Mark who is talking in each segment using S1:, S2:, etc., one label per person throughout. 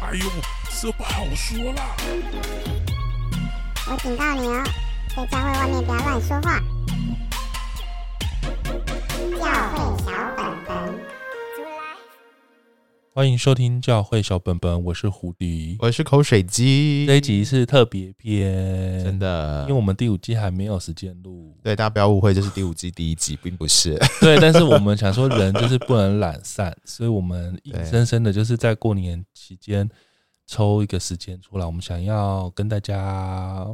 S1: 哎呦，这不好说啦。
S2: 我警告你哦，在教会外面不要乱说话。教会小本本，
S3: 欢迎收听教会小本本，我是胡迪。
S4: 我是口水鸡，
S3: 这一集是特别篇，
S4: 真，的，
S3: 因为，我们第五季还没有时间录
S4: 对大家不要误会，这是第五季第一集，并不是。
S3: 对，但是我们想说人就是不能懒 散，所以我们硬
S4: 对
S3: 生生的就是在过年期间抽一个时间出来，我们想要跟大家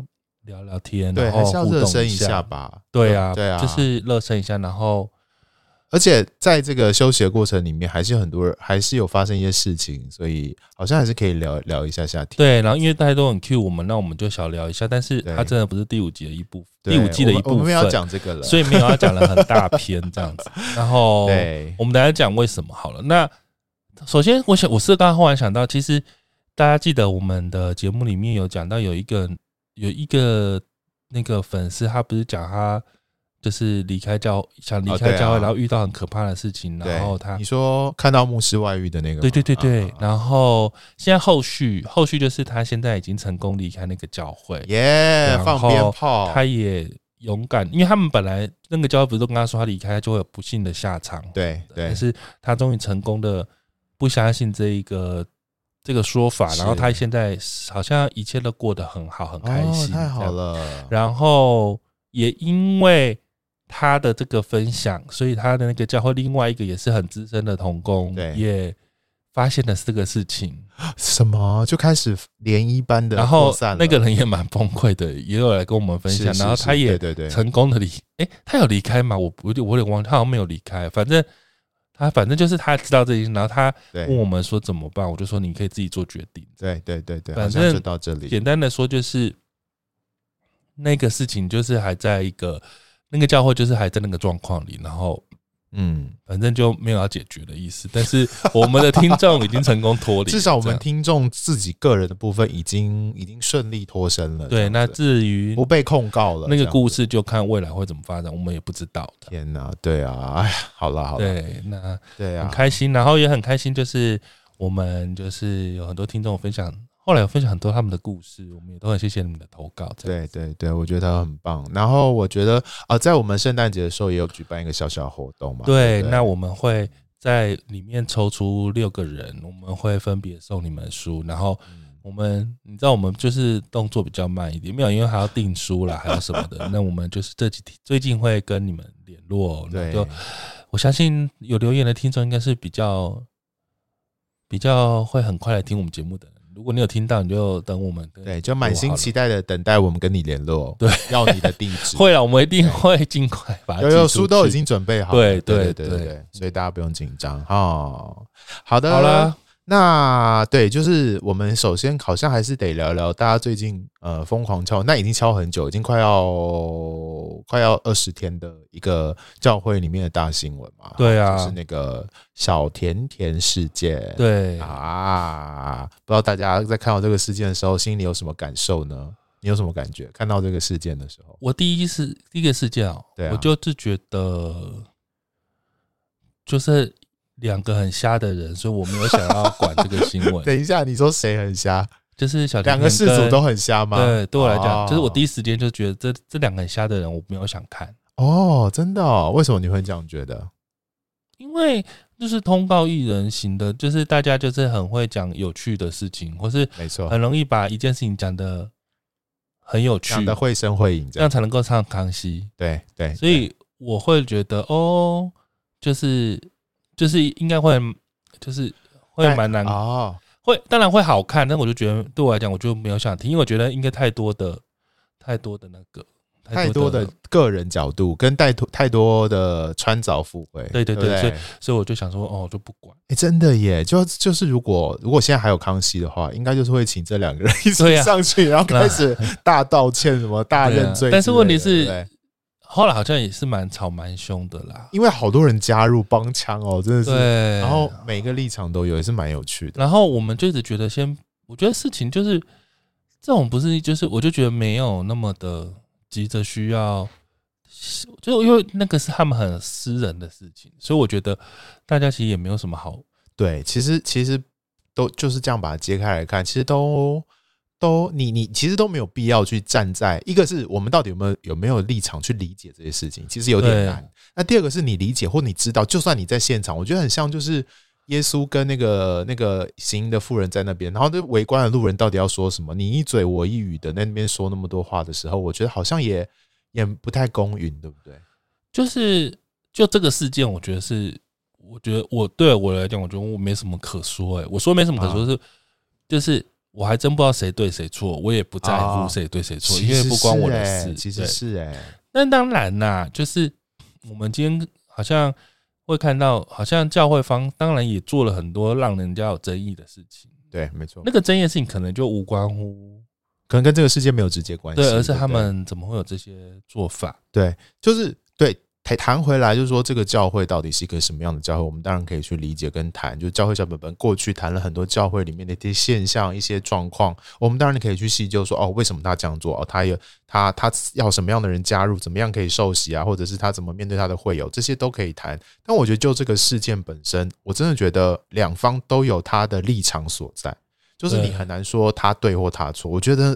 S3: 聊聊天，
S4: 对，
S3: 然
S4: 还
S3: 后
S4: 是要
S3: 互
S4: 热
S3: 动
S4: 身一
S3: 下
S4: 下。吧。
S3: 对啊，
S4: 对啊，
S3: 就是热身一下，然后
S4: 而且在这个休息的过程里面，还是有很多人还是有发生一些事情，所以好像还是可以聊聊一下下题。
S3: 对，然后因为大家都很 cue 我们，那我们就小聊一下，但是
S4: 对
S3: 它真的不是第五集的一部，
S4: 对，
S3: 第五季的一部
S4: 我
S3: 分，
S4: 们我们要讲这个了，
S3: 所
S4: 以
S3: 以没有要讲了很大篇这样 子。然后，
S4: 对
S3: 我们等一下讲为什么好了。那首先，我想我是刚刚忽然想到，其实大家记得我们的节目里面有讲到有一个有一个那个粉丝，他不是讲他就是离开教想离
S4: 哦
S3: 开
S4: 对啊
S3: 教会，然后遇到很可怕的事情，
S4: 对
S3: 然后他
S4: 你说看到牧师外遇的那个吗，
S3: 对对对对，
S4: 啊
S3: 然后现在后续后续就是他现在已经成功离开那个教会，
S4: 耶
S3: 然，后
S4: 放鞭炮，
S3: 他也勇敢，因为他们本来那个教会不是都跟他说他离开就会有不幸的下场，
S4: 对对
S3: 但，是他终于成功的不相信这一个这个说法，
S4: 是
S3: 然后他现在好像一切都过得很好，很开
S4: 哦
S3: 心，，
S4: 太好
S3: 这样。
S4: 了，
S3: 然后也因为他的这个分享，所以他的那个教会另外一个也是很资深的童工，
S4: 对
S3: 也发现了这个事情，
S4: 什么就开始涟漪般的
S3: 然后
S4: 扩散了
S3: 那个人也蛮崩溃的，也有来跟我们分享，
S4: 是是
S3: 然后
S4: 是
S3: 他也
S4: 对对对，
S3: 成功的离，哎、他有离开吗？我我有点我有点忘了，他好像没有离开，反正他反正就是他知道这件事，然后他
S4: 对
S3: 问我们说怎么办，我就说你可以自己做决定。
S4: 对对对对，
S3: 反
S4: 好像
S3: 正
S4: 就到这里。
S3: 简单的说就是那个事情就是还在一个那个教会就是还在那个状况里，然后
S4: 嗯，
S3: 反正就没有要解决的意思。但是我们的听众已经成功脱离了，
S4: 至少我
S3: 这
S4: 们
S3: 样
S4: 听众自己个人的部分已经已经顺利脱身了。这
S3: 对。
S4: 样
S3: 那
S4: 子
S3: 至于
S4: 不被控告了。
S3: 那
S4: 这
S3: 个
S4: 样
S3: 故
S4: 子，
S3: 事，就看未来会怎么发展，我们也不知道的。
S4: 天哪，对啊，哎呀，好了好了，
S3: 对，那。
S4: 对
S3: 很
S4: 啊，
S3: 开心，然后也很开心，就是我们就是有很多听众分享，后来有分享很多他们的故事，我们也都很谢谢你们的投稿。这样，
S4: 对对对，我觉得他很棒。然后我觉得啊，在我们圣诞节的时候也有举办一个小小活动嘛。
S3: 对
S4: 对不对，
S3: 那我们会在里面抽出六个人，我们会分别送你们书，然后。
S4: 嗯
S3: 我们，你知道，我们就是动作比较慢一点，没有，因为还要订书啦，还有什么的。那我们就是这几天最近会跟你们联络，那就
S4: 对
S3: 我相信有留言的听众应该是比较比较会很快来听我们节目的人。如果你有听到，你就等我们跟
S4: 对，就满心期
S3: 待。
S4: 待的等待我们跟你联络，
S3: 对，
S4: 要你的地址。
S3: 会了，我们一定会尽快把它
S4: 有
S3: 寄
S4: 有
S3: 出
S4: 书都已
S3: 去
S4: 经准备好了，
S3: 对对
S4: 对对
S3: 对
S4: 对，所以大家不用紧张哦。好的，
S3: 好了。
S4: 那对，就是我们首先好像还是得聊聊大家最近呃疯狂敲，那已经敲很久，已经快要快要二十天的一个教会里面的大新闻嘛。
S3: 对啊
S4: 就是那个小甜甜事件。
S3: 对，
S4: 啊，不知道大家在看到这个事件的时候，心里有什么感受呢？你有什么感觉？看到这个事件的时候，
S3: 我第一是第一个事件哦、
S4: 对啊
S3: 我就是觉得就是两个很瞎的人，所以我没有想要管这个新 闻。
S4: 等一下，你说谁很瞎？
S3: 就是小
S4: 两个事
S3: 事
S4: 主都很哦瞎吗？
S3: 对，对我来讲，就是我第
S4: 一
S3: 一时间就觉得这这两个很瞎的人，我没有想看。
S4: 哦，真的、哦？为什么你会这样觉得？
S3: 因为就是通告艺人型的，就是大家就是很会讲有趣的事情，或是
S4: 没错，
S3: 很容易把一件事情讲的很有趣，
S4: 讲的绘声绘影这
S3: 这
S4: 样
S3: 样。才能够上康熙。
S4: 对对，
S3: 所以我会觉得哦，就是就是应该会就是会蛮难，
S4: 哦，
S3: 会当然会好看，但我就觉得对我来讲，我就没有想听，因为我觉得应该太多的太多的那个
S4: 太多的个人角度跟太多太多的穿凿附会，
S3: 对对
S4: 对不
S3: 对
S4: 对，
S3: 所以所以我就想说哦，就不管。
S4: 哎，真的耶，就就是如果如果现在还有康熙的话，应该就是会请这两个人一
S3: 对
S4: 起
S3: 啊
S4: 上去，然后
S3: 那
S4: 开始大道歉，什么大
S3: 对啊
S4: 认罪之类的。
S3: 但是问题是
S4: 对不对
S3: 后来好像也是蛮吵蛮凶的啦，
S4: 因为好多人加入帮腔哦，真的是，
S3: 对，
S4: 然后每个立场都有，也是蛮有趣的。
S3: 然后我们就一直觉得先，我觉得事情就是这种不是就是，我就觉得没有那么的急着需要，就因为那个是他们很私人的事情，所以我觉得大家其实也没有什么好
S4: 对，其实其实都就是这样把它揭开来看，其实都都你你其实都没有必要去站在一个是我们到底有没有有没有立场去理解这些事情，其实有点
S3: 对
S4: 难。那第二个是你理解或你知道，就算你在现场，我觉得很像就是耶稣跟那个那个行淫的妇人在那边，然后那围观的路人到底要说什么，你一嘴我一语的在那边说那么多话的时候，我觉得好像也也不太公允，对不对？
S3: 就是就这个事件，我觉得是，我觉得我对我来讲，我觉得我没什么可说、欸。哎，我说没什么可说
S4: 啊
S3: 是，就是我还真不知道谁对谁错，我也不在乎
S4: 啊
S3: 谁对谁错，
S4: 其
S3: 因为
S4: 实
S3: 不关
S4: 是
S3: 我的
S4: 欸
S3: 事。
S4: 其实
S3: 对
S4: 是哎、
S3: 那当然啦，就是我们今天好像会看到，好像教会方当然也做了很多让人家有争议的事情。
S4: 对，没错
S3: 那，个争议的事情可能就无关乎
S4: 可能跟这个世界没有直接关系，
S3: 对，而是
S4: 不
S3: 他们怎么会有这些做法？
S4: 对，就是对谈谈回来，就是说这个教会到底是一个什么样的教会，我们当然可以去理解跟谈。就是教会小本本过去谈了很多教会里面的一些现象、一些状况，我们当然可以去细究说，哦，为什么他这样做？哦，他有他他要什么样的人加入，怎么样可以受洗啊，或者是他怎么面对他的会友，这些都可以谈。但我觉得就这个事件本身，我真的觉得两方都有他的立场所在，就是你
S3: 对
S4: 很难说他对或他错。我觉得，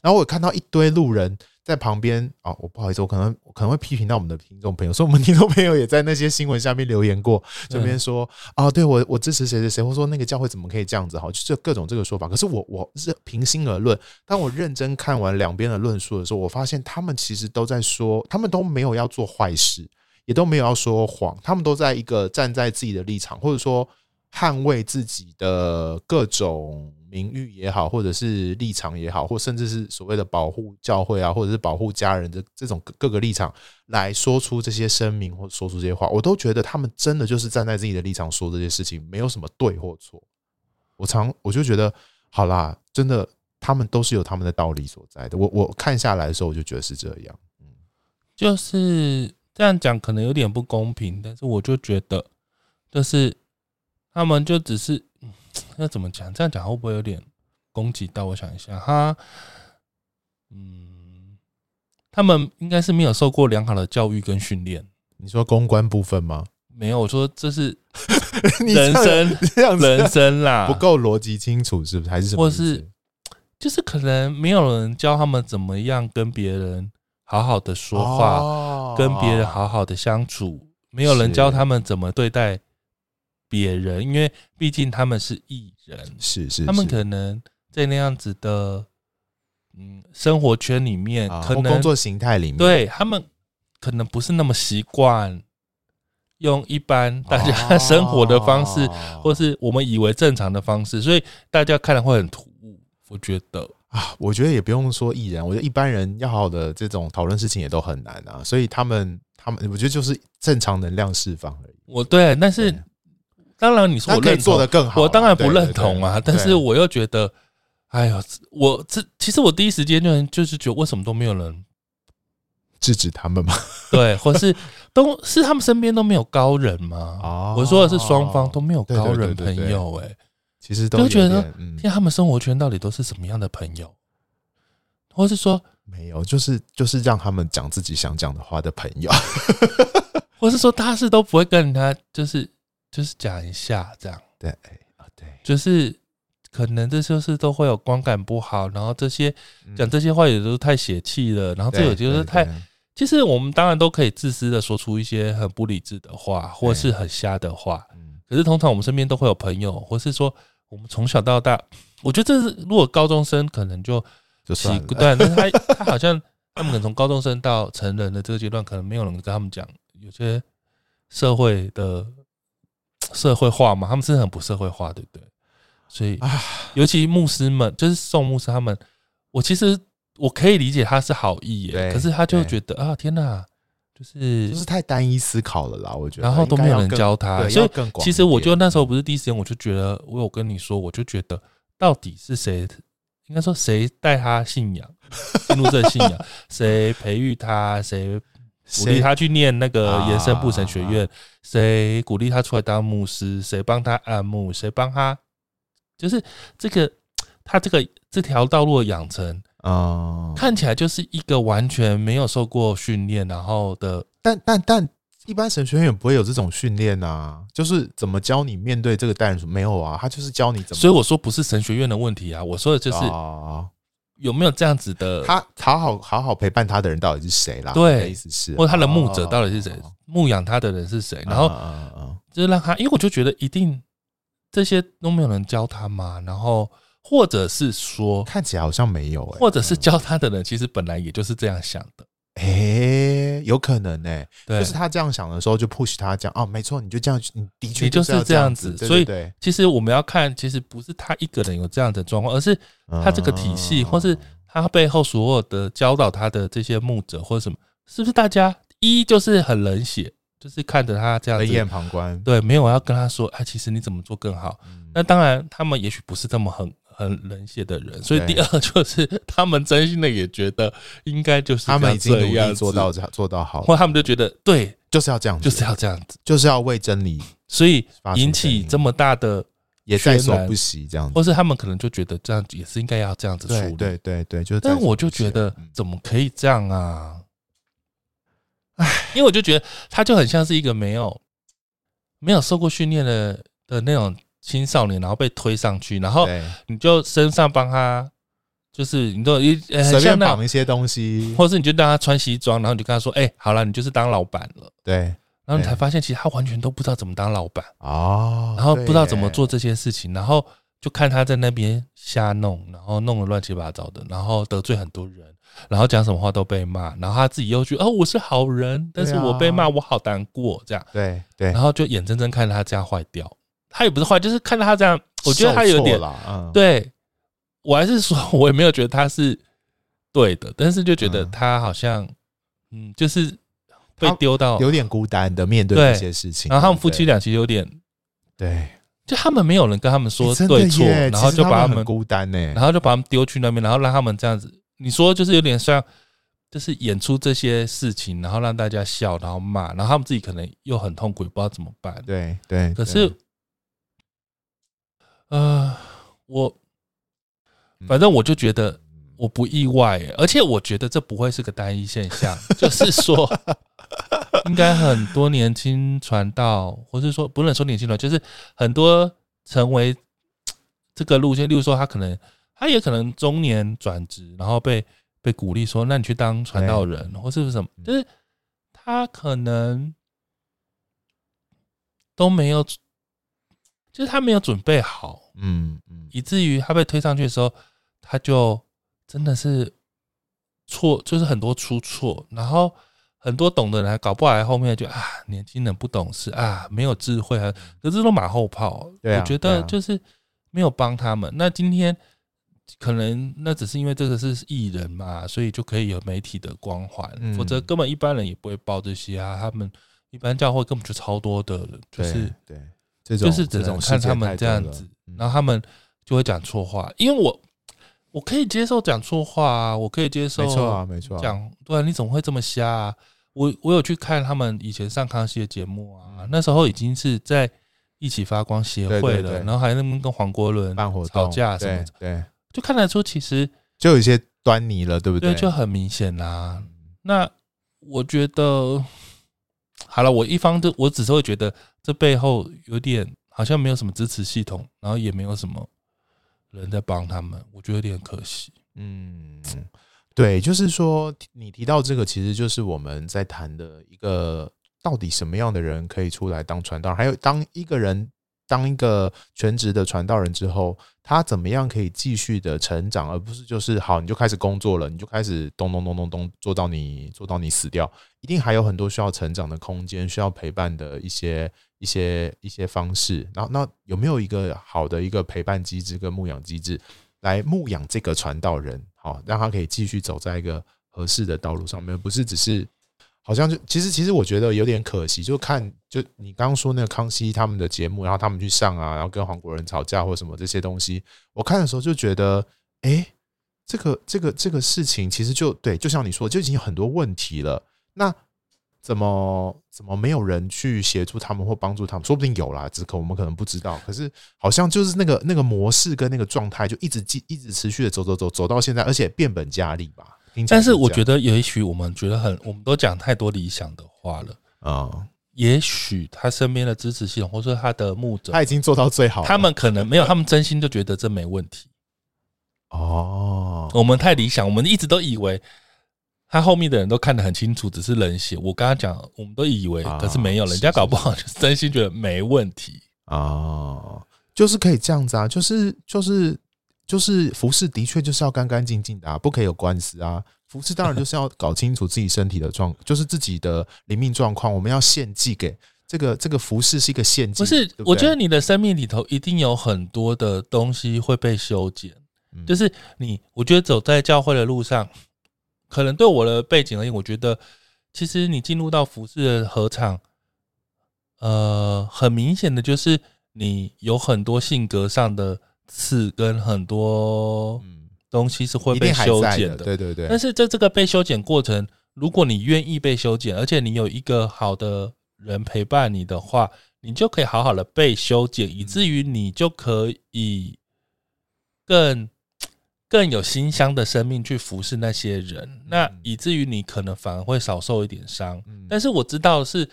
S4: 然后我看到一堆路人在旁边哦，我不好意思，我可能我可能会批评到我们的听众朋友，所以我们听众朋友也在那些新闻下面留言过，这边说啊、对我我支持谁谁谁，或说那个教会怎么可以这样子哈，就是各种这个说法。可是我我是平心而论，当我认真看完两边的论述的时候，我发现他们其实都在说，他们都没有要做坏事，也都没有要说谎，他们都在一个站在自己的立场，或者说捍卫自己的各种名誉也好，或者是立场也好，或甚至是所谓的保护教会啊，或者是保护家人的这种各各个立场来说出这些声明或说出这些话，我都觉得他们真的就是站在自己的立场说这些事情，没有什么对或错。我常我就觉得，好啦，真的他们都是有他们的道理所在的。我我看下来的时候，我就觉得是这样。
S3: 就是这样讲可能有点不公平，但是我就觉得，就是他们就只是嗯要怎么讲？这样讲会不会有点攻击到？我想一下，哈，嗯，他们应该是没有受过良好的教育跟训练。
S4: 你说公关部分吗？
S3: 没有，我说这是
S4: 你这
S3: 人
S4: 样
S3: 生
S4: 这样子
S3: 人生啦，
S4: 不够逻辑清楚，是不是？还是什么
S3: 或
S4: 意思？
S3: 是就是可能没有人教他们怎么样跟别人好好的说话，
S4: 哦话
S3: 跟别
S4: 哦
S3: 人好好的相处，没有人
S4: 是
S3: 教他们怎么对待别人，因为毕竟他们是艺人，
S4: 是是，
S3: 他们
S4: 是
S3: 可能在那样子的嗯生活圈里面，
S4: 啊
S3: 可
S4: 或
S3: 能
S4: 工作形态里面
S3: 对他们可能不是那么习惯用一般大家
S4: 哦啊
S3: 生活的方式，或是我们以为正常的方式，所以大家看了会很突兀。我觉得，
S4: 啊，我觉得也不用说艺人，我觉得一般人要好好的这种讨论事情也都很难啊，所以他们他们，我觉得就是正常能量释放而已。
S3: 我对，但是
S4: 对
S3: 当然你说
S4: 那
S3: 我
S4: 可以
S3: 认
S4: 做
S3: 同
S4: 得，更好啊，
S3: 我当然不
S4: 对
S3: 认同啊，但是。我又觉得，哎呦，我这其实我第一时间就就是觉得为什么都没有人
S4: 对对制止他们嘛。
S3: 对，或 是都是他们身边都没有高人吗？
S4: 哦
S3: 我说的是双方都没有
S4: 对对
S3: 高
S4: 对
S3: 人
S4: 对对
S3: 朋友、欸，哎，
S4: 哦其实都
S3: 就
S4: 有
S3: 觉得啊
S4: 点嗯
S3: 现在他们生活圈到底都是什么样的朋友，或是说，
S4: 没有，就是就是让他们讲自己想讲的话的朋友。啊
S3: 或是说他是都不会跟人家就是就是讲一下这样。
S4: 对啊，对，
S3: 就是可能这就是都会有观感不好，然后这些
S4: 嗯
S3: 讲这些话也都是太血气了，然后这
S4: 对
S3: 也就是
S4: 对
S3: 太
S4: 对，
S3: 其实我们当然都可以自私的说出一些很不理智的话，或是很瞎的话，
S4: 嗯
S3: 可是通常我们身边都会有朋友，或是说我们从小到大，
S4: 嗯
S3: 我觉得这是如果高中生可能就
S4: 就
S3: 习
S4: 算了
S3: 惯，但是他 他好像他们可能从高中生到成人的这个阶段，可能没有人跟他们讲有些社会的社会化嘛，他们是很不社会化，对不对？所以，
S4: 哎
S3: 尤其牧师们，就是宋牧师他们，我其实我可以理解他是好意耶，
S4: 对
S3: 可是他就
S4: 对
S3: 觉得啊，天哪，就是
S4: 就是太单一思考了啦，我觉得。
S3: 然后都
S4: 应该
S3: 没有
S4: 要
S3: 人
S4: 更
S3: 教他，
S4: 对
S3: 所
S4: 要
S3: 以
S4: 更广
S3: 其
S4: 一
S3: 实我就
S4: 点
S3: 那时候不是第一时间，我就觉得哦我有跟你说，我就觉得到底是谁，应该说谁带他信仰进入这个信 仰，谁培育他，谁鼓励
S4: 谁
S3: 他去念那个
S4: 啊
S3: 延伸部神学院，谁鼓励他出来当牧师，谁帮他按牧，谁帮他，就是这个他这个这条道路的养成，
S4: 啊、
S3: 看起来就是一个完全没有受过训练，然后的
S4: 但但但一般神学院也不会有这种训练啊，就是怎么教你面对这个代人说没有啊，他就是教你怎么。
S3: 所以我说不是神学院的问题啊，我说的就是
S4: 啊，
S3: 有没有这样子的，
S4: 他好好好好陪伴他的人到底是谁啦？
S3: 对
S4: 你的意思是，
S3: 或者他的牧者到底是谁
S4: 哦，
S3: 牧养他的人是谁，然后
S4: 嗯嗯嗯
S3: 就是让他，因为我就觉得一定这些都没有人教他嘛，然后或者是说，
S4: 看起来好像没有、欸，
S3: 或者是教他的人其实本来也就是这样想的，
S4: 哎、有可能哎、
S3: 对，
S4: 就是他这样想的时候，就 push 他讲哦，没错，你就这样，你的确
S3: 你就是
S4: 要
S3: 是这
S4: 样
S3: 样子
S4: 对
S3: 所以
S4: 对
S3: 其实我们要看，其实不是他一个人有这样的状况，而是
S4: 对
S3: 他这个体系，
S4: 嗯
S3: 或是他背后所有的教导他的这些牧者或者什么，是不是大家一就是很冷血，就是看着他这样
S4: 冷眼
S3: 子，
S4: 旁观，
S3: 对，没有要跟他说，哎、其实你怎么做更好？
S4: 嗯
S3: 那当然，他们也许不是这么很很冷血的人，所以
S4: 对
S3: 第二就是他们真心的也觉得应该就是
S4: 他们
S3: 要
S4: 已经努
S3: 这样
S4: 力
S3: 子
S4: 做到，这做到好，
S3: 或他们就觉得对，
S4: 就是要这样
S3: 就
S4: 子，
S3: 是要这样子，
S4: 就是要为真理
S3: 所以
S4: 发出
S3: 引
S4: 声
S3: 起
S4: 音
S3: 这么大的
S4: 也在
S3: 轩
S4: 所
S3: 然
S4: 不惜这样子。
S3: 或是他们可能就觉得这样也是应该要这样子处
S4: 对
S3: 理。
S4: 对对对，就是在
S3: 但
S4: 所不惜啊。
S3: 我就觉得
S4: 嗯
S3: 怎么可以这样啊？唉，因为我就觉得他就很像是一个没有没有受过训练的的那种青少年，然后被推上去，然后
S4: 对呃
S3: 你就身上帮他，就是你都一呃很
S4: 随
S3: 像
S4: 便
S3: 那
S4: 绑
S3: 种，
S4: 一些东西，
S3: 或是你就让他穿西装，然后你就跟他说：“哎、好了，你就是当老板了。
S4: 对”
S3: 然后你
S4: 对
S3: 才发现，其实他完全都不知道怎么当老板。
S4: 哦，
S3: 然后
S4: 对
S3: 不知道怎么
S4: 耶
S3: 做这些事情，然后就看他在那边瞎弄，然后弄得乱七八糟的，然后得罪很多人，然后讲什么话都被骂，然后他自己又觉得哦我是好人，但是
S4: 对啊
S3: 我被骂我好难过这样，
S4: 对对
S3: 然，后就眼睁睁看着他这样坏掉，他也不是坏，就是看到他这样，我觉得他有点
S4: 受挫啦，嗯，
S3: 对我还是说我也没有觉得他是对的，但是就觉得
S4: 嗯
S3: 他好像嗯就是被
S4: 他
S3: 丢到，
S4: 有点孤单的面对
S3: 哦对
S4: 这些事情。
S3: 然后他们
S4: 对
S3: 夫
S4: 不
S3: 妻
S4: 对
S3: 俩其实有点。
S4: 对
S3: 就他们没有人跟他们说
S4: 欸真的
S3: 对错，
S4: 耶
S3: 然后
S4: 其
S3: 就
S4: 实
S3: 把
S4: 他
S3: 他们
S4: 们很，孤单呢。
S3: 然后就把他们丢去那边，然后让他们这样子。你说就是有点像，就是演出这些事情，然后让大家笑，然后骂，然后他们自己可能又很痛苦，也不知道怎么办。
S4: 对对，
S3: 可
S4: 对
S3: 是，呃，我
S4: 嗯
S3: 反正我就觉得我不意外耶，而且我觉得这不会是个单一现象，就是说，应该很多年轻传道，或是说不能说年轻人，就是很多成为这个路线，例如说他可能他也可能中年转职，然后被被鼓励说，那你去当传道人，或是不是什么，就是他可能都没有，就是他没有准备好，
S4: 嗯嗯，
S3: 以至于他被推上去的时候，他就真的是错，就是很多出错，然后很多懂的人还搞不好还后面就啊，年轻人不懂事啊，没有智慧啊，可是都马后炮。
S4: 对啊
S3: 我觉
S4: 对
S3: 得
S4: 啊
S3: 就是没有帮他们。那今天可能那只是因为这个是艺人嘛，所以就可以有媒体的光环，
S4: 嗯
S3: 否则根本一般人也不会报这些啊。他们一般教会根本就超多的，就是
S4: 对对，这种
S3: 就是只能
S4: 这种
S3: 看
S4: 世界
S3: 他们
S4: 太
S3: 这
S4: 多
S3: 样
S4: 了
S3: 子，
S4: 嗯
S3: 然后他们就会讲错话，因为我我可以接受讲错话啊，我可以接受
S4: 没错啊，没错啊，
S3: 讲对啊，你怎么会这么瞎啊？我我有去看他们以前上康熙的节目啊，
S4: 嗯
S3: 那时候已经是在一起发光协会了，
S4: 对对啊对
S3: 然后还在那边跟黄国伦
S4: 办活
S3: 吵
S4: 动
S3: 架什么
S4: 对
S3: 的，
S4: 对，
S3: 就看得出其实
S4: 就有一些端倪了，对不
S3: 对
S4: 对？
S3: 就很明显啦、那我觉得好了，我一方就我只是会觉得这背后有点好像没有什么支持系统，然后也没有什么人在帮他们，我觉得有点可惜。
S4: 嗯，对，就是说你提到这个，其实就是我们在谈的一个到底什么样的人可以出来当传道人，还有当一个人当一个全职的传道人之后，他怎么样可以继续的成长，而不是就是好你就开始工作了，你就开始咚咚咚咚咚做到你做到你死掉，一定还有很多需要成长的空间，需要陪伴的一些一些一些方式。然后那有没有一个好的一个陪伴机制跟牧养机制，来牧养这个传道人，好、让他可以继续走在一个合适的道路上面，不是只是好像就其实其实我觉得有点可惜，就看就你刚刚说那个康熙他们的节目，然后他们去上啊，然后跟韩国人吵架或什么这些东西，我看的时候就觉得，哎，这个这个这个事情其实就对，就像你说，就已经有很多问题了，那。怎么怎么没有人去协助他们或帮助他们？说不定有啦，只可我们可能不知道。可是好像就是那个那个模式跟那个状态，就一直继一直持续的走走走走到现在，而且变本加厉吧。
S3: 但是我觉
S4: 得，
S3: 得，也许我们觉得很，我们都讲太多理想的话了。
S4: 嗯，
S3: 也许他身边的支持系统，或是他的牧者，
S4: 他已经做到最好了，
S3: 他们可能没有，他们真心就觉得这没问题。
S4: 哦，
S3: 我们太理想，我们一直都以为他后面的人都看得很清楚，只是人血。我刚刚讲，我们都以为，
S4: 啊
S3: 可是没有，
S4: 是
S3: 人家搞不好就是真心觉得没问题。
S4: 哦，就是可以这样子啊，就是就是就是服饰的确就是要干干净净的啊，不可以有官司啊。服饰当然就是要搞清楚自己身体的状， 就是自己的灵命状况，我们要献祭给这个这个服饰是一个献祭，
S3: 不是
S4: 对，对
S3: 我觉得你的生命里头一定有很多的东西会被修剪，
S4: 嗯
S3: 就是你，我觉得走在教会的路上，可能对我的背景而言，我觉得其实你进入到服饰的合场，呃，很明显的就是你有很多性格上的刺，跟很多
S4: 嗯，
S3: 东西是会
S4: 一
S3: 被
S4: 定还
S3: 修
S4: 在
S3: 剪
S4: 的，
S3: 的。
S4: 对对对，
S3: 但是在这个被修剪过程，如果你愿意被修剪，而且你有一个好的人陪伴你的话，你就可以好好的被修
S4: 嗯
S3: 剪，以至于你就可以更更有馨香的生命去服侍那些人。那以至于你可能反而会少受一点伤。
S4: 嗯
S3: 但是我知道的是，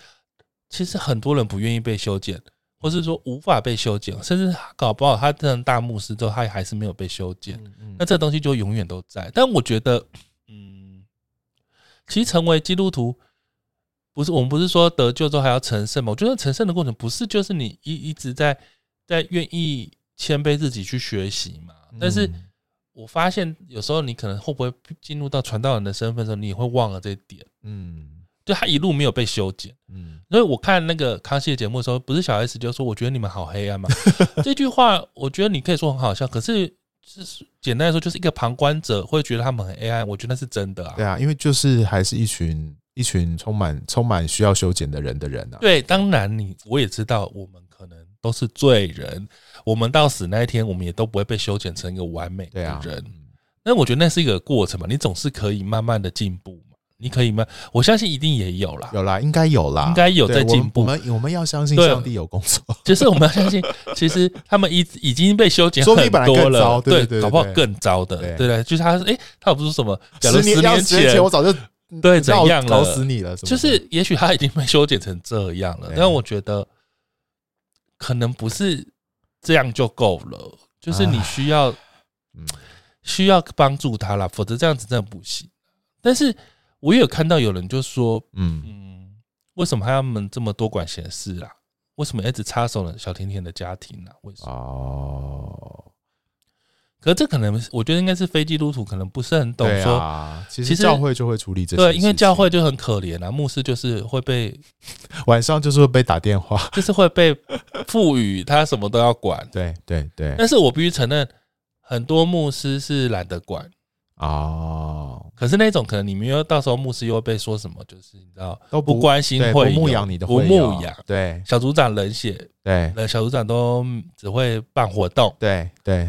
S3: 其实很多人不愿意被修剪。或是说无法被修剪，甚至搞不好他这样大牧师之后，他还是没有被修剪。
S4: 嗯嗯
S3: 那这东西就永远都在。但我觉得，嗯，其实成为基督徒，不是我们不是说得救之后还要成圣嘛？我觉得成圣的过程不是就是你一一直在在愿意谦卑自己去学习嘛？但是
S4: 嗯
S3: 我发现有时候你可能会不会进入到传道人的身份的时候，你也会忘了这一点，
S4: 嗯
S3: 就他一路没有被修剪。
S4: 嗯
S3: 所以我看那个康熙的节目的时候，不是小 S 就说：“我觉得你们好黑暗嘛。” 这句话，我觉得你可以说很好笑，可是就是简单来说，就是一个旁观者会觉得他们很黑暗。我觉得那是真的啊。
S4: 对啊，因为就是还是一群一群充满充满需要修剪的人的人啊，
S3: 对当然你我也知道，我们可能都是罪人，我们到死那一天，我们也都不会被修剪成一个完美的
S4: 对啊，
S3: 人。
S4: 嗯
S3: 那我觉得那是一个过程嘛，你总是可以慢慢的进步嘛，你可以慢，我相信一定也有啦。
S4: 有啦，应该有啦，
S3: 应该有
S4: 对
S3: 在
S4: 我们
S3: 进步
S4: 我们我们要相信
S3: 对
S4: 上帝有工作，
S3: 就是我们要相 信，其实他们已已经被修剪
S4: 说
S3: 很
S4: 不定本来
S3: 多
S4: 更糟
S3: 了，
S4: 对对对对
S3: 搞不好
S4: 对
S3: 更糟的，
S4: 对
S3: 对对，就是他，哎，他不是什么，假如
S4: 十年要
S3: 年
S4: 十年前我早就
S3: 对
S4: 知道
S3: 怎样了
S4: 搞死你了，什么的
S3: 就是也许他已经被修剪成这样了，
S4: 对
S3: 但我觉得可能不是这样就够了，就是你需要
S4: 嗯
S3: 需要帮助他啦，否则这样子真的不行。但是我也有看到有人就说，
S4: 嗯
S3: 嗯，为什么他们这么多管闲事啊？为什么一直插手了小甜甜的家庭啊？为什么？
S4: 哦，
S3: 可这可能是我觉得应该是非基督徒可能不是很懂
S4: 对
S3: 说，
S4: 啊，其
S3: 其
S4: 实
S3: 实
S4: 教会就会处理这些事
S3: 对，
S4: 情，
S3: 因为教会就很可怜啊，牧师就是会被
S4: 晚上就是会被打电话，
S3: 就是会被赋予他什么都要管，
S4: 对对对，
S3: 但是我必须承认，很多牧师是懒得管，
S4: 哦，
S3: 可是那种可能你们又到时候牧师又会被说什么，就是你知道
S4: 都
S3: 不关心
S4: 对
S3: 会
S4: 不牧
S3: 友
S4: 养你的
S3: 不
S4: 会
S3: 牧
S4: 友啊
S3: 养
S4: 对
S3: 小组长冷血，
S4: 对
S3: 呃，小组长都只会办活动。
S4: 对对，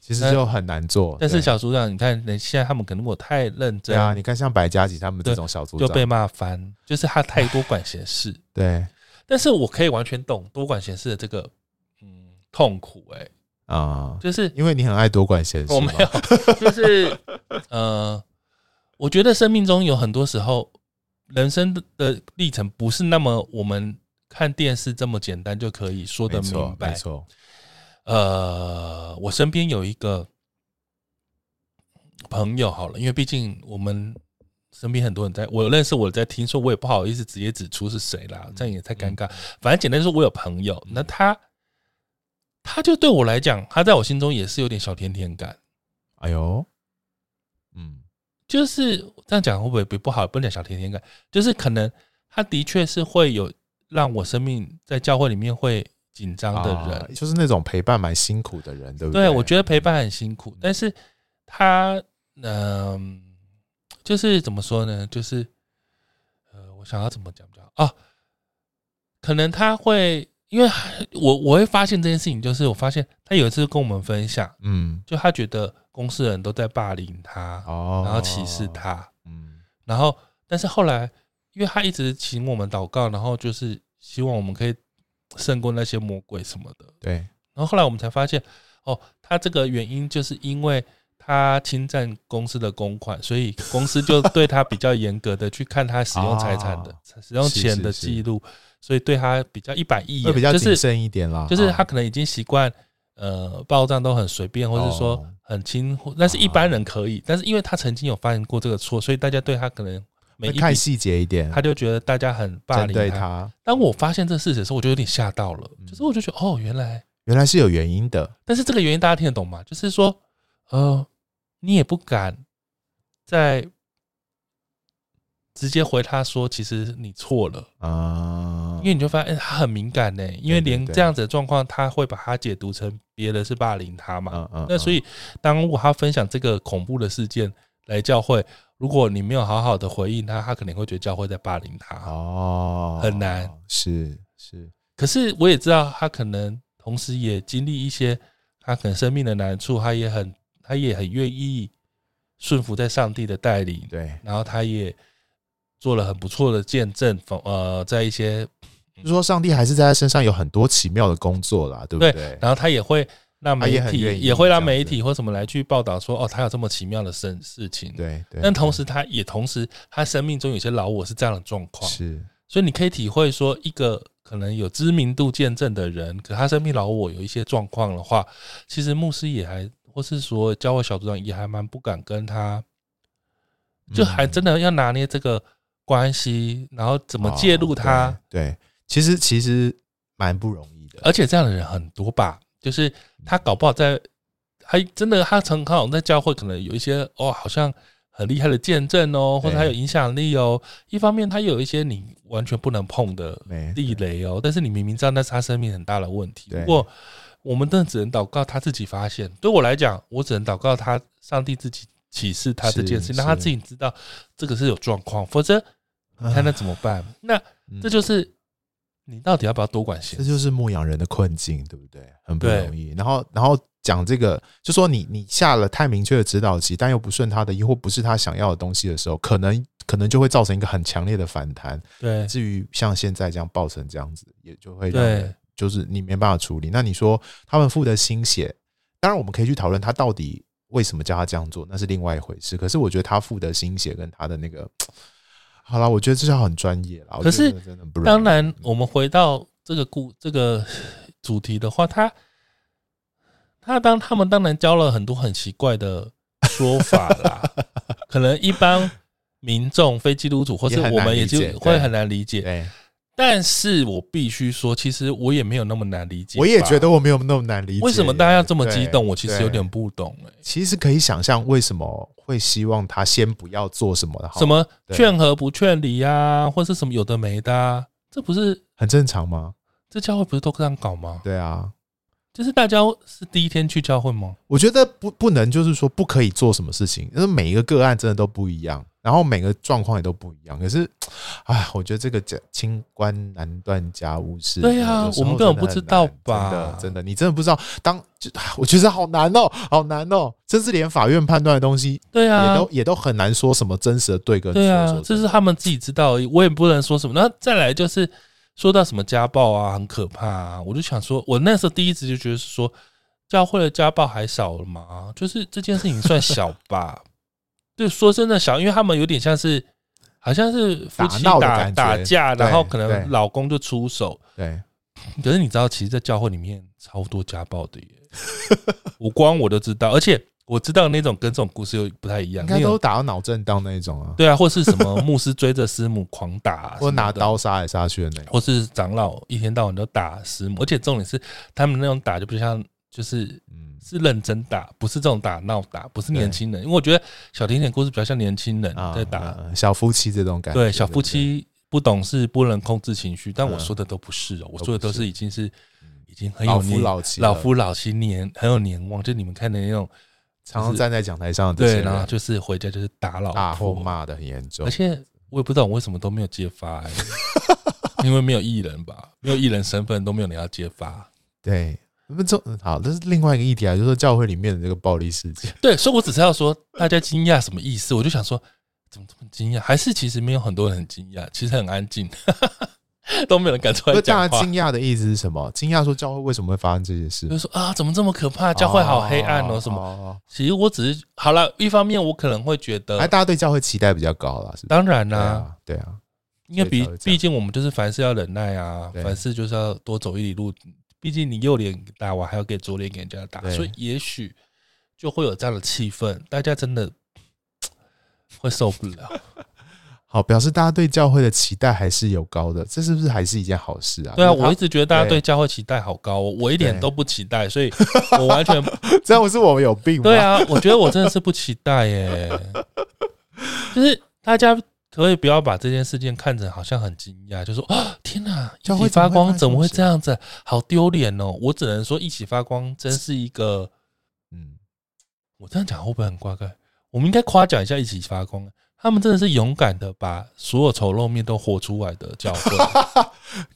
S4: 其实
S3: 但
S4: 就很难做，
S3: 但是
S4: 对
S3: 小组长，你看，人现在他们可能我太认
S4: 对
S3: 真，
S4: 啊，你看像白嘉琪他们这种小组
S3: 就被
S4: 长，
S3: 骂翻，就是他太多管闲事。
S4: 对
S3: 但是我可以完全懂多管闲事的这个嗯痛苦、欸，哎，
S4: 啊，
S3: 就是
S4: 因为你很爱多管闲事嘛，
S3: 我没有，就是呃，我觉得生命中有很多时候，人生的历程不是那么我们看电视这么简单就可以说
S4: 没
S3: 得
S4: 错
S3: 明
S4: 没
S3: 白。
S4: 错，
S3: 呃，我身边有一个朋友，好了，因为毕竟我们身边很多人在，我认识我在听说，我也不好意思直接指出是谁啦，
S4: 嗯
S3: 这样也太尴尬。反正简单说，我有朋友，那他他就对我来讲，他在我心中也是有点小甜甜感。
S4: 哎呦，嗯
S3: 就是这样讲会不会不不好？不能讲小甜甜感，就是可能他的确是会有让我生命在教会里面会紧张的人。
S4: 啊就是那种陪伴蛮辛苦的人，对不
S3: 对，我
S4: 得
S3: 觉得陪伴很辛苦，但是他嗯、就是怎么说呢？就是呃，我想要怎么讲比较好啊？可能他会，因为我我会发现这件事情，就是我发现他有一次跟我们分享，
S4: 嗯
S3: 就他觉得公司人都在霸凌他，
S4: 哦，
S3: 然后歧视，他。
S4: 嗯
S3: 然后但是后来，因为他一直请我们祷告，然后就是希望我们可以胜过那些魔鬼什么的。
S4: 对，
S3: 然后后来我们才发现，哦，他这个原因就是因为他侵占公司的公款，所以公司就对他比较严格的去看他使用财产的、使用
S4: 哦是
S3: 钱
S4: 是
S3: 的
S4: 是
S3: 记录，所以对他比较一板一
S4: 会
S3: 眼，
S4: 比较
S3: 就
S4: 谨
S3: 是
S4: 慎一点啦。
S3: 就是他
S4: 啊
S3: 可能已经习惯呃报账都很随便，或是说
S4: 哦啊
S3: 很轻，忽，但是一般人可以，但是因为他曾经有犯过这个错，所以大家对他可能每
S4: 会
S3: 一
S4: 看
S3: 笔
S4: 细节一点，
S3: 他就觉得大家很霸
S4: 针
S3: 凌
S4: 对
S3: 他。
S4: 他嗯
S3: 当我发现这事实的时候，我就有点吓到了，就是我就觉得哦，原来，
S4: 原来是有原因的。
S3: 但是这个原因大家听得懂吗？就是说，呃，你也不敢在直接回他说，其实你错了。
S4: 啊，
S3: 因为你就发现、哎他很敏感呢、因为
S4: 对对
S3: 连
S4: 对
S3: 这样子的状况，他会把它解读成别人是霸凌他嘛。
S4: 嗯嗯
S3: 那所以，当我他分享这个恐怖的事件来教会，如果你没有好好的回应他，他可能会觉得教会在霸凌
S4: 嗯
S3: 他。
S4: 哦
S3: 很难，
S4: 是是，
S3: 可是我也知道，他可能同时也经历一些他可能生命的难处，他也很他也很愿意顺服在上帝的带领，
S4: 对，
S3: 然后他也做了很不错的见证，呃，在一些
S4: 就说上帝还是在他身上有很多奇妙的工作啦，对不
S3: 对
S4: 对？
S3: 然后他也会让
S4: 他
S3: 媒
S4: 也很
S3: 体
S4: 愿意
S3: 会让
S4: 这样
S3: 媒
S4: 子
S3: 体或什么来去报道说，哦，他有这么奇妙的事事情。，
S4: 对对，
S3: 但同
S4: 对
S3: 时他也同时他生命中有些老我是这样的状况，
S4: 是
S3: 所以你可以体会说，一个可能有知名度见证的人，可他生命老我有一些状况的话，其实牧师也还或是说教会小组长也还蛮不敢跟他，就还
S4: 嗯
S3: 真的要拿捏这个关系，然后怎么介入
S4: 哦
S3: 他。呃
S4: 对对，其实其实蛮不容易的。
S3: 而且这样的人很多吧，就是他搞不好在，还真的他常好像在教会可能有一些哦，好像很厉害的见证哦，或者他有影响力哦。一方面他有一些你完全不能碰的
S4: 没
S3: 地雷哦，但是你明明知道那是他生命很大的问题。
S4: 对
S3: 如果我们真的只能祷告他自己发现，对我来讲，我只能祷告他上帝自己启示他这件事，
S4: 是
S3: 让他
S4: 是
S3: 自己知道这个是有状况，否则
S4: 啊
S3: 你看那怎么办？那这就是你到底要不要多管闲
S4: 嗯这
S3: 事？
S4: 就是牧羊人的困境，对不对？很不
S3: 对
S4: 容易。然后，然后讲这个，就说你你下了太明确的指导期，但又不顺他的意，或不是他想要的东西的时候，可能可能就会造成一个很强烈的反弹。
S3: 对，
S4: 至于像现在这样爆成这样子，也就会让
S3: 对
S4: 人就是你没办法处理。那你说他们付的心血，当然我们可以去讨论他到底为什么叫他这样做，那是另外一回事。可是我觉得他付的心血跟他的那个，好啦，我觉得这是很专业啦。我
S3: 可是
S4: 觉得真的不容易嗯
S3: 当然，我们回到这个故这个主题的话，他他当他们当然教了很多很奇怪的说法 啦，可能一般民众、非基督徒或是
S4: 也很
S3: 我
S4: 难
S3: 们也
S4: 理
S3: 就
S4: 解
S3: 会
S4: 对
S3: 很难理解。
S4: 对。
S3: 但是我必须说，其实我也没有那么难理解吧。
S4: 我也觉得我没有那么难理解，
S3: 为什么大家要这么激动，
S4: 对
S3: 我其实
S4: 对
S3: 有点不懂哎、
S4: 其实可以想象为什么会希望他先不要做什么的，
S3: 什么
S4: 对
S3: 劝和不劝离啊，或是什么有的没的、啊，这不是
S4: 很正常吗？
S3: 这教会不是都这样搞吗？
S4: 对啊，
S3: 就是大家是第一天去教会吗？
S4: 我觉得不不能就是说不可以做什么事情，因为每一个个案真的都不一样，然后每个状况也都不一样。可是，哎，我觉得这个讲清官难断家务事，
S3: 对啊
S4: 有时候
S3: 我们根本不知道
S4: 真的很
S3: 吧
S4: 难真的真的，你真的不知道。当就我觉得好难哦，好难哦，甚至连法院判断的东西
S3: 对
S4: 也
S3: 啊，
S4: 都也都很难说什么真实的对跟错。
S3: 对
S4: 说
S3: 啊
S4: 真，
S3: 这是
S4: 的
S3: 他们自己知道而已，我也不能说什么。那再来就是说到什么家暴啊，很可怕啊，我就想说，我那时候第一直就觉得是说，教会的家暴还少了吗？就是这件事情算小 吧？对，说真的小，因为他们有点像是。好像是夫妻
S4: 打闹的
S3: 打
S4: 感觉
S3: 打架，
S4: 对
S3: 然后可
S4: 对
S3: 能老公就出手。
S4: 对。
S3: 可是你知道，其实，在教会里面超多家暴的耶， 我光我都知道，而且我知道那种跟这种故事又不太一样，
S4: 应
S3: 那
S4: 该
S3: 种
S4: 都打到脑震荡那一种啊，
S3: 对啊，或是什么牧师追着师母狂打啊、
S4: 或拿
S3: 什么的，
S4: 刀杀来杀去的那种。
S3: 或是长老一天到晚都打师母，而且重点是他们那种打就不像，就是
S4: 嗯，
S3: 是认真打，不是这种打闹打，不是
S4: 对
S3: 年轻人。因为我觉得小甜甜故事比较像年轻人
S4: 啊，
S3: 在打，
S4: 嗯小夫妻这种感觉，
S3: 对小夫
S4: 不对，
S3: 妻不懂事不能控制情绪，但我
S4: 嗯
S3: 说的都不是哦，我
S4: 都
S3: 说的
S4: 不
S3: 都
S4: 是嗯
S3: 是已经是已经很
S4: 老
S3: 有
S4: 夫
S3: 年
S4: 老妻了啊
S3: 老夫老妻年很有年望，就你们看的那种
S4: 常常站在讲台上的这些
S3: 对，
S4: 人，
S3: 然后就是回家就是打老
S4: 大
S3: 婆
S4: 吼骂的很严重
S3: 而，且我也不知道我为什么都没有揭发、欸，因为没有艺人吧，没有艺人身份都没有人要揭发。
S4: 对。那这嗯好，这是另外一个议题啊，就是说教会里面的这个暴力事件，
S3: 对，所以我只是要说大家惊讶什么意思，我就想说怎么这么惊讶，还是其实没有很多人很惊讶，其实很安静。 都没有人敢出来
S4: 那大
S3: 讲
S4: 家
S3: 话
S4: 惊。讶的意思是什么？惊讶说教会为什么会发生这些事
S3: 就？说啊，怎么这么可怕？教会好黑暗哦，什么？
S4: 么？
S3: 其实我只是好了，一方面我可能会觉
S4: 哎，
S3: 得，
S4: 大家对教会期待比较高了，是吧？
S3: 当然
S4: 对
S3: 啦、
S4: 啊，对啊，
S3: 因为
S4: 所以
S3: 毕
S4: 才会这样
S3: 毕竟我们就是凡事要忍耐啊，
S4: 对
S3: 凡事就是要多走一里路。毕竟你右脸打完，还要给左脸给人家打，
S4: 对
S3: 所以也许就会有这样的气氛，大家真的会受不 了。
S4: 好，表示大家对教会的期待还是有高的，这是不是还是一件好事啊？
S3: 对啊，
S4: 因为
S3: 我一直觉得大家
S4: 对
S3: 对教会期待好高、哦，我一点
S4: 对
S3: 都不期待，所以我完全
S4: 他 这样不是我们有病吗？
S3: 对，啊，我觉得我真的是不期待耶。 就是大家可以不要把这件事情看成好像很惊讶，就说啊，天哪，一
S4: 教会
S3: 起
S4: 怎
S3: 发
S4: 么会
S3: 光
S4: 发
S3: 怎么会
S4: 生
S3: 这样子，好丢脸哦！我只能说，一起发光真是一个，
S4: 嗯，
S3: 我这样讲会不会很怪怪？我们应该夸奖一下一起发光，他们真的是勇敢的把所有丑陋面都活出来的教 会，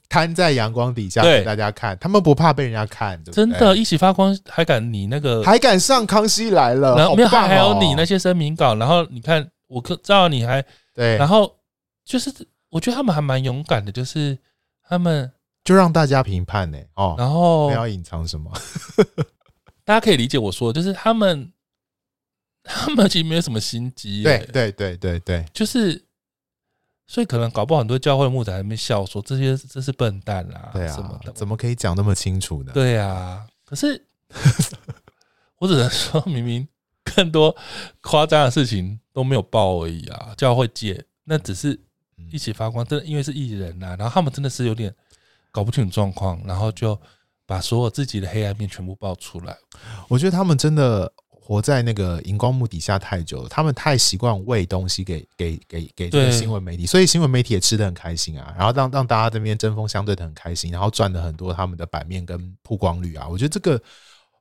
S4: 摊在阳光底下
S3: 对
S4: 给大家看，他们不怕被人家看，对不对
S3: 真的，一起发光还敢你那个
S4: 还敢上《康熙来了》
S3: 然
S4: 好
S3: 后没有，
S4: 棒哦
S3: 还有你那些声明稿，然后你看，我可知道你还
S4: 对
S3: 然，后就是我觉得他们还蛮勇敢的，就是他们，
S4: 就让大家评判呢、哦，
S3: 然后
S4: 不要隐藏什么，
S3: 大家可以理解我说的，就是他们， 他们其实没有什么心机、
S4: 对，对对对对，
S3: 就是，所以可能搞不好很多教会牧者还没笑说这些这是笨蛋啦、
S4: 对
S3: 什么
S4: 啊
S3: 的，，
S4: 怎么可以讲那么清楚呢？
S3: 对啊，可是 我只能说，明明更多夸张的事情都没有报而已啊，教会界那只是
S4: 嗯
S3: 一起发光，真的因为是艺人呐、然后他们真的是有点搞不清楚状况，然后就把所有自己的黑暗面全部爆出来。
S4: 我觉得他们真的活在那个荧光幕底下太久了，他们太习惯喂东西给给给给这个
S3: 对
S4: 新闻媒体，所以新闻媒体也吃的很开心啊，然后让让大家这边针锋相对的很开心，然后赚了很多他们的版面跟曝光率啊，我觉得这个。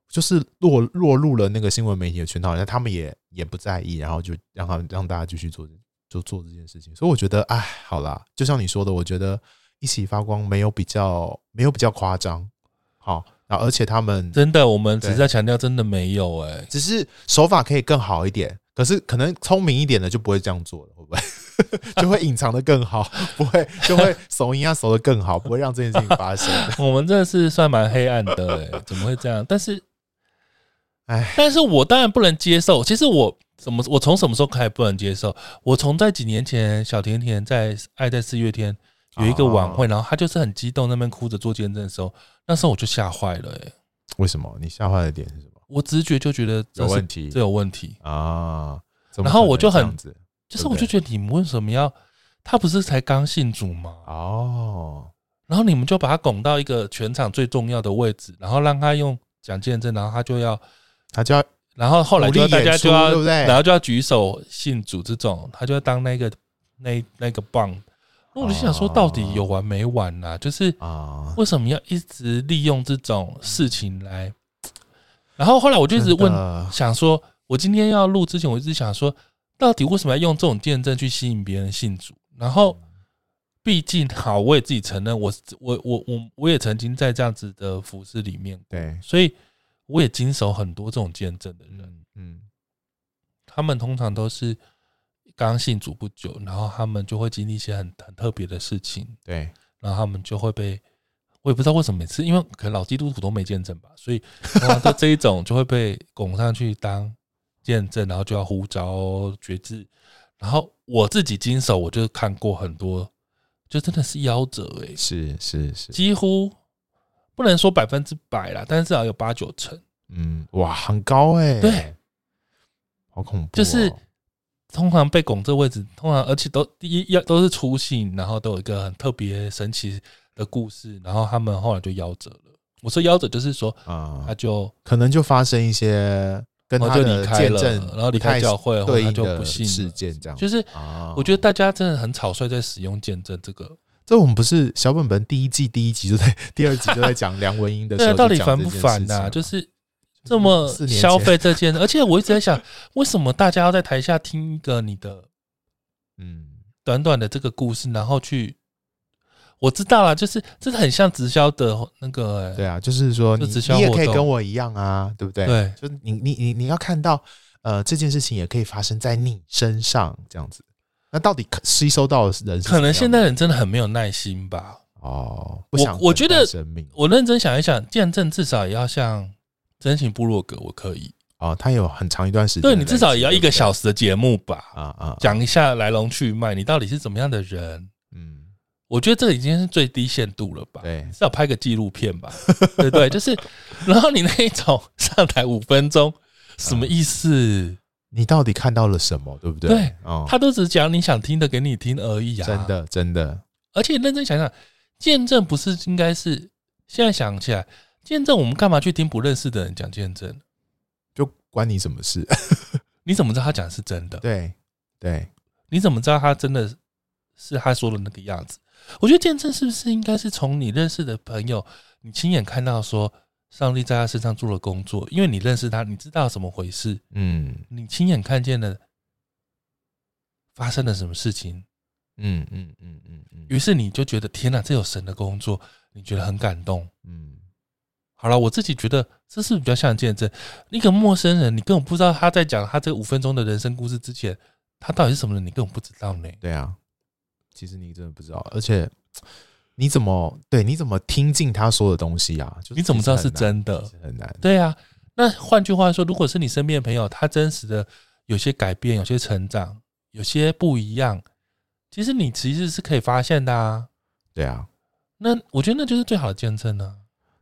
S4: 就是落落入了那个新闻媒体的圈套，那他们也也不在意，然后就让他们让大家继续做就做这件事情。所以我觉得，哎，好啦，就像你说的，我觉得一起发光没有比较没有比较夸张，好，然后而且他们
S3: 真的，我们只是
S4: 对
S3: 在强调，真的没有哎、
S4: 只是手法可以更好一点。可是可能聪明一点的就不会这样做了，会不会？ 就会隐藏的更好， 不会就会怂一样怂的更好，不会让这件事情发生。
S3: 我们真的是算蛮黑暗的哎、怎么会这样？但是，
S4: 唉，
S3: 但是我当然不能接受。其实我怎么，我从什么时候开始不能接受？我从在几年前，小甜甜在《爱在四月天》有一个晚
S4: 啊
S3: 会，然后她就是很激动，那边哭着做见证的时候，那时候我就吓坏了哎、
S4: 为什么？你吓坏的点是什么
S3: 我直觉就觉得这
S4: 有
S3: 是
S4: 问题
S3: 这有问题。
S4: 啊？
S3: 然后我就很
S4: 怎么可能这样子
S3: 就是
S4: 对不
S3: 我就
S4: 对
S3: 觉得你们为什么要？他不是才刚信主吗？
S4: 哦，
S3: 然后你们就把他拱到一个全场最重要的位置，然后让他用讲见证，然后他就要，
S4: 他就要
S3: 然后后来就要
S4: 努
S3: 大
S4: 力演
S3: 家
S4: 出
S3: 就要，
S4: 对不对
S3: 然后就要举手信主这种，他就要当那个那那个棒。那我就想说，
S4: 哦
S3: 到底有完没完呐、就是
S4: 啊，
S3: 为什么要一直利用这种事情来？然后后来我就一直
S4: 真的
S3: 问想说，我今天要录之前，我一直想说，到底为什么要用这种见证去吸引别人信主？然后，
S4: 嗯
S3: 毕竟好，我也自己承认，我我我我我也曾经在这样子的服饰里面，
S4: 对，
S3: 所以我也经手很多这种见证的人，
S4: 嗯嗯，
S3: 他们通常都是刚信主不久，然后他们就会经历一些很很特别的事情，
S4: 对，
S3: 然后他们就会被。我也不知道为什么每次，因为可能老基督徒都没见证吧，所以通常都这一种就会被拱上去当见证，然后就要呼召哦觉知。然后我自己经手，我就看过很多，就真的是夭折诶、
S4: 是是是，
S3: 几乎不能说百分之百啦，但是至少有八九成。
S4: 嗯，哇，很高哎、
S3: 对，
S4: 好恐怖哦、
S3: 就是通常被拱这位置，通常而且都第一要都是出信，然后都有一个很特别神奇的故事，然后他们后来就夭折了。我说夭折就是说
S4: 啊、
S3: 他就。
S4: 可能就发生一些跟
S3: 然
S4: 他
S3: 后哦就
S4: 的
S3: 离开
S4: 见
S3: 了
S4: 证，
S3: 然后离开教会，后
S4: 对
S3: 来
S4: 应
S3: 就
S4: 的
S3: 不信
S4: 事
S3: 了
S4: 件这样。
S3: 就是
S4: 啊
S3: 我觉得大家真的很草率在使用见证这个，
S4: 这我们不是小本本第一季第一集就在第二集就在讲梁文音的时
S3: 对
S4: 候
S3: 啊，
S4: 就
S3: 到
S4: 讲这
S3: 底
S4: 件事情啊，
S3: 烦不烦呐、就是这么
S4: 四年前
S3: 消费这件，而且我一直在想，为什么大家要在台下听一个你的
S4: 嗯，
S3: 短短的这个故事，然后去，我知道了，就是这很像直销的那个、欸
S4: 对啊，就是说你
S3: 就直销
S4: 你也可以
S3: 活动
S4: 跟我一样啊，对不对？，
S3: 对
S4: 就是你你你你要看到呃这件事情也可以发生在你身上这样子。那到底可吸收到的人是怎么样的
S3: 可能现在人真的很没有耐心吧。
S4: 哦，不
S3: 我
S4: 想
S3: 我觉
S4: 分担
S3: 得
S4: 生命
S3: 我认真想一想，见证至少也要像真情部落格，我可以。
S4: 哦，他有很长一段时间的
S3: 对
S4: 累积，
S3: 你至少也要一个小
S4: 时
S3: 时的节目吧，
S4: 啊啊，
S3: 讲一下来龙去脉，你到底是怎么样的人？
S4: 嗯，
S3: 我觉得这已经是最低限度了吧？
S4: 对
S3: 至少拍个纪录片 吧，对不对？就是，然后你那一种 上台五分钟，什
S4: 嗯
S3: 么意思？
S4: 你到底看到了什么，对不对？
S3: 对，
S4: 哦，
S3: 他都只讲你想听的给你听而已啊！
S4: 真，的真的，
S3: 而且认真想想，见证不是应该是现在想起来，见证我们干嘛去听不认识的人讲见证？
S4: 就关你什么 事？
S3: 你怎么知道他讲的是真的？
S4: 对对，
S3: 你怎么知道他真的是他说的那个样子？我觉得见证是不是应该是从你认识的朋友，你亲眼看到说上帝在他身上做了工作，因为你认识他，你知道怎么回事，
S4: 嗯
S3: 你亲眼看见了发生了什么事情，
S4: 嗯嗯嗯嗯嗯
S3: 于是你就觉得天哪，这有神的工作，你觉得很感动。
S4: 嗯，
S3: 好了，我自己觉得这是比较像见证。一个陌生人，你根本不知道他在讲他这五分钟的人生故事之前，他到底是什么人，你根本不知道呢。
S4: 对啊，其实你真的不知道，而且你怎么对？你怎么听进他说的东西啊？就是
S3: 你怎么知道是
S4: 其实很
S3: 真的
S4: 难？其实很难。
S3: 对啊，那换句话说，如果是你身边的朋友，他真实的有些改变、有些成长、有些不一样，其实你其实是可以发现的啊。
S4: 对啊，
S3: 那我觉得那就是最好的见证呢、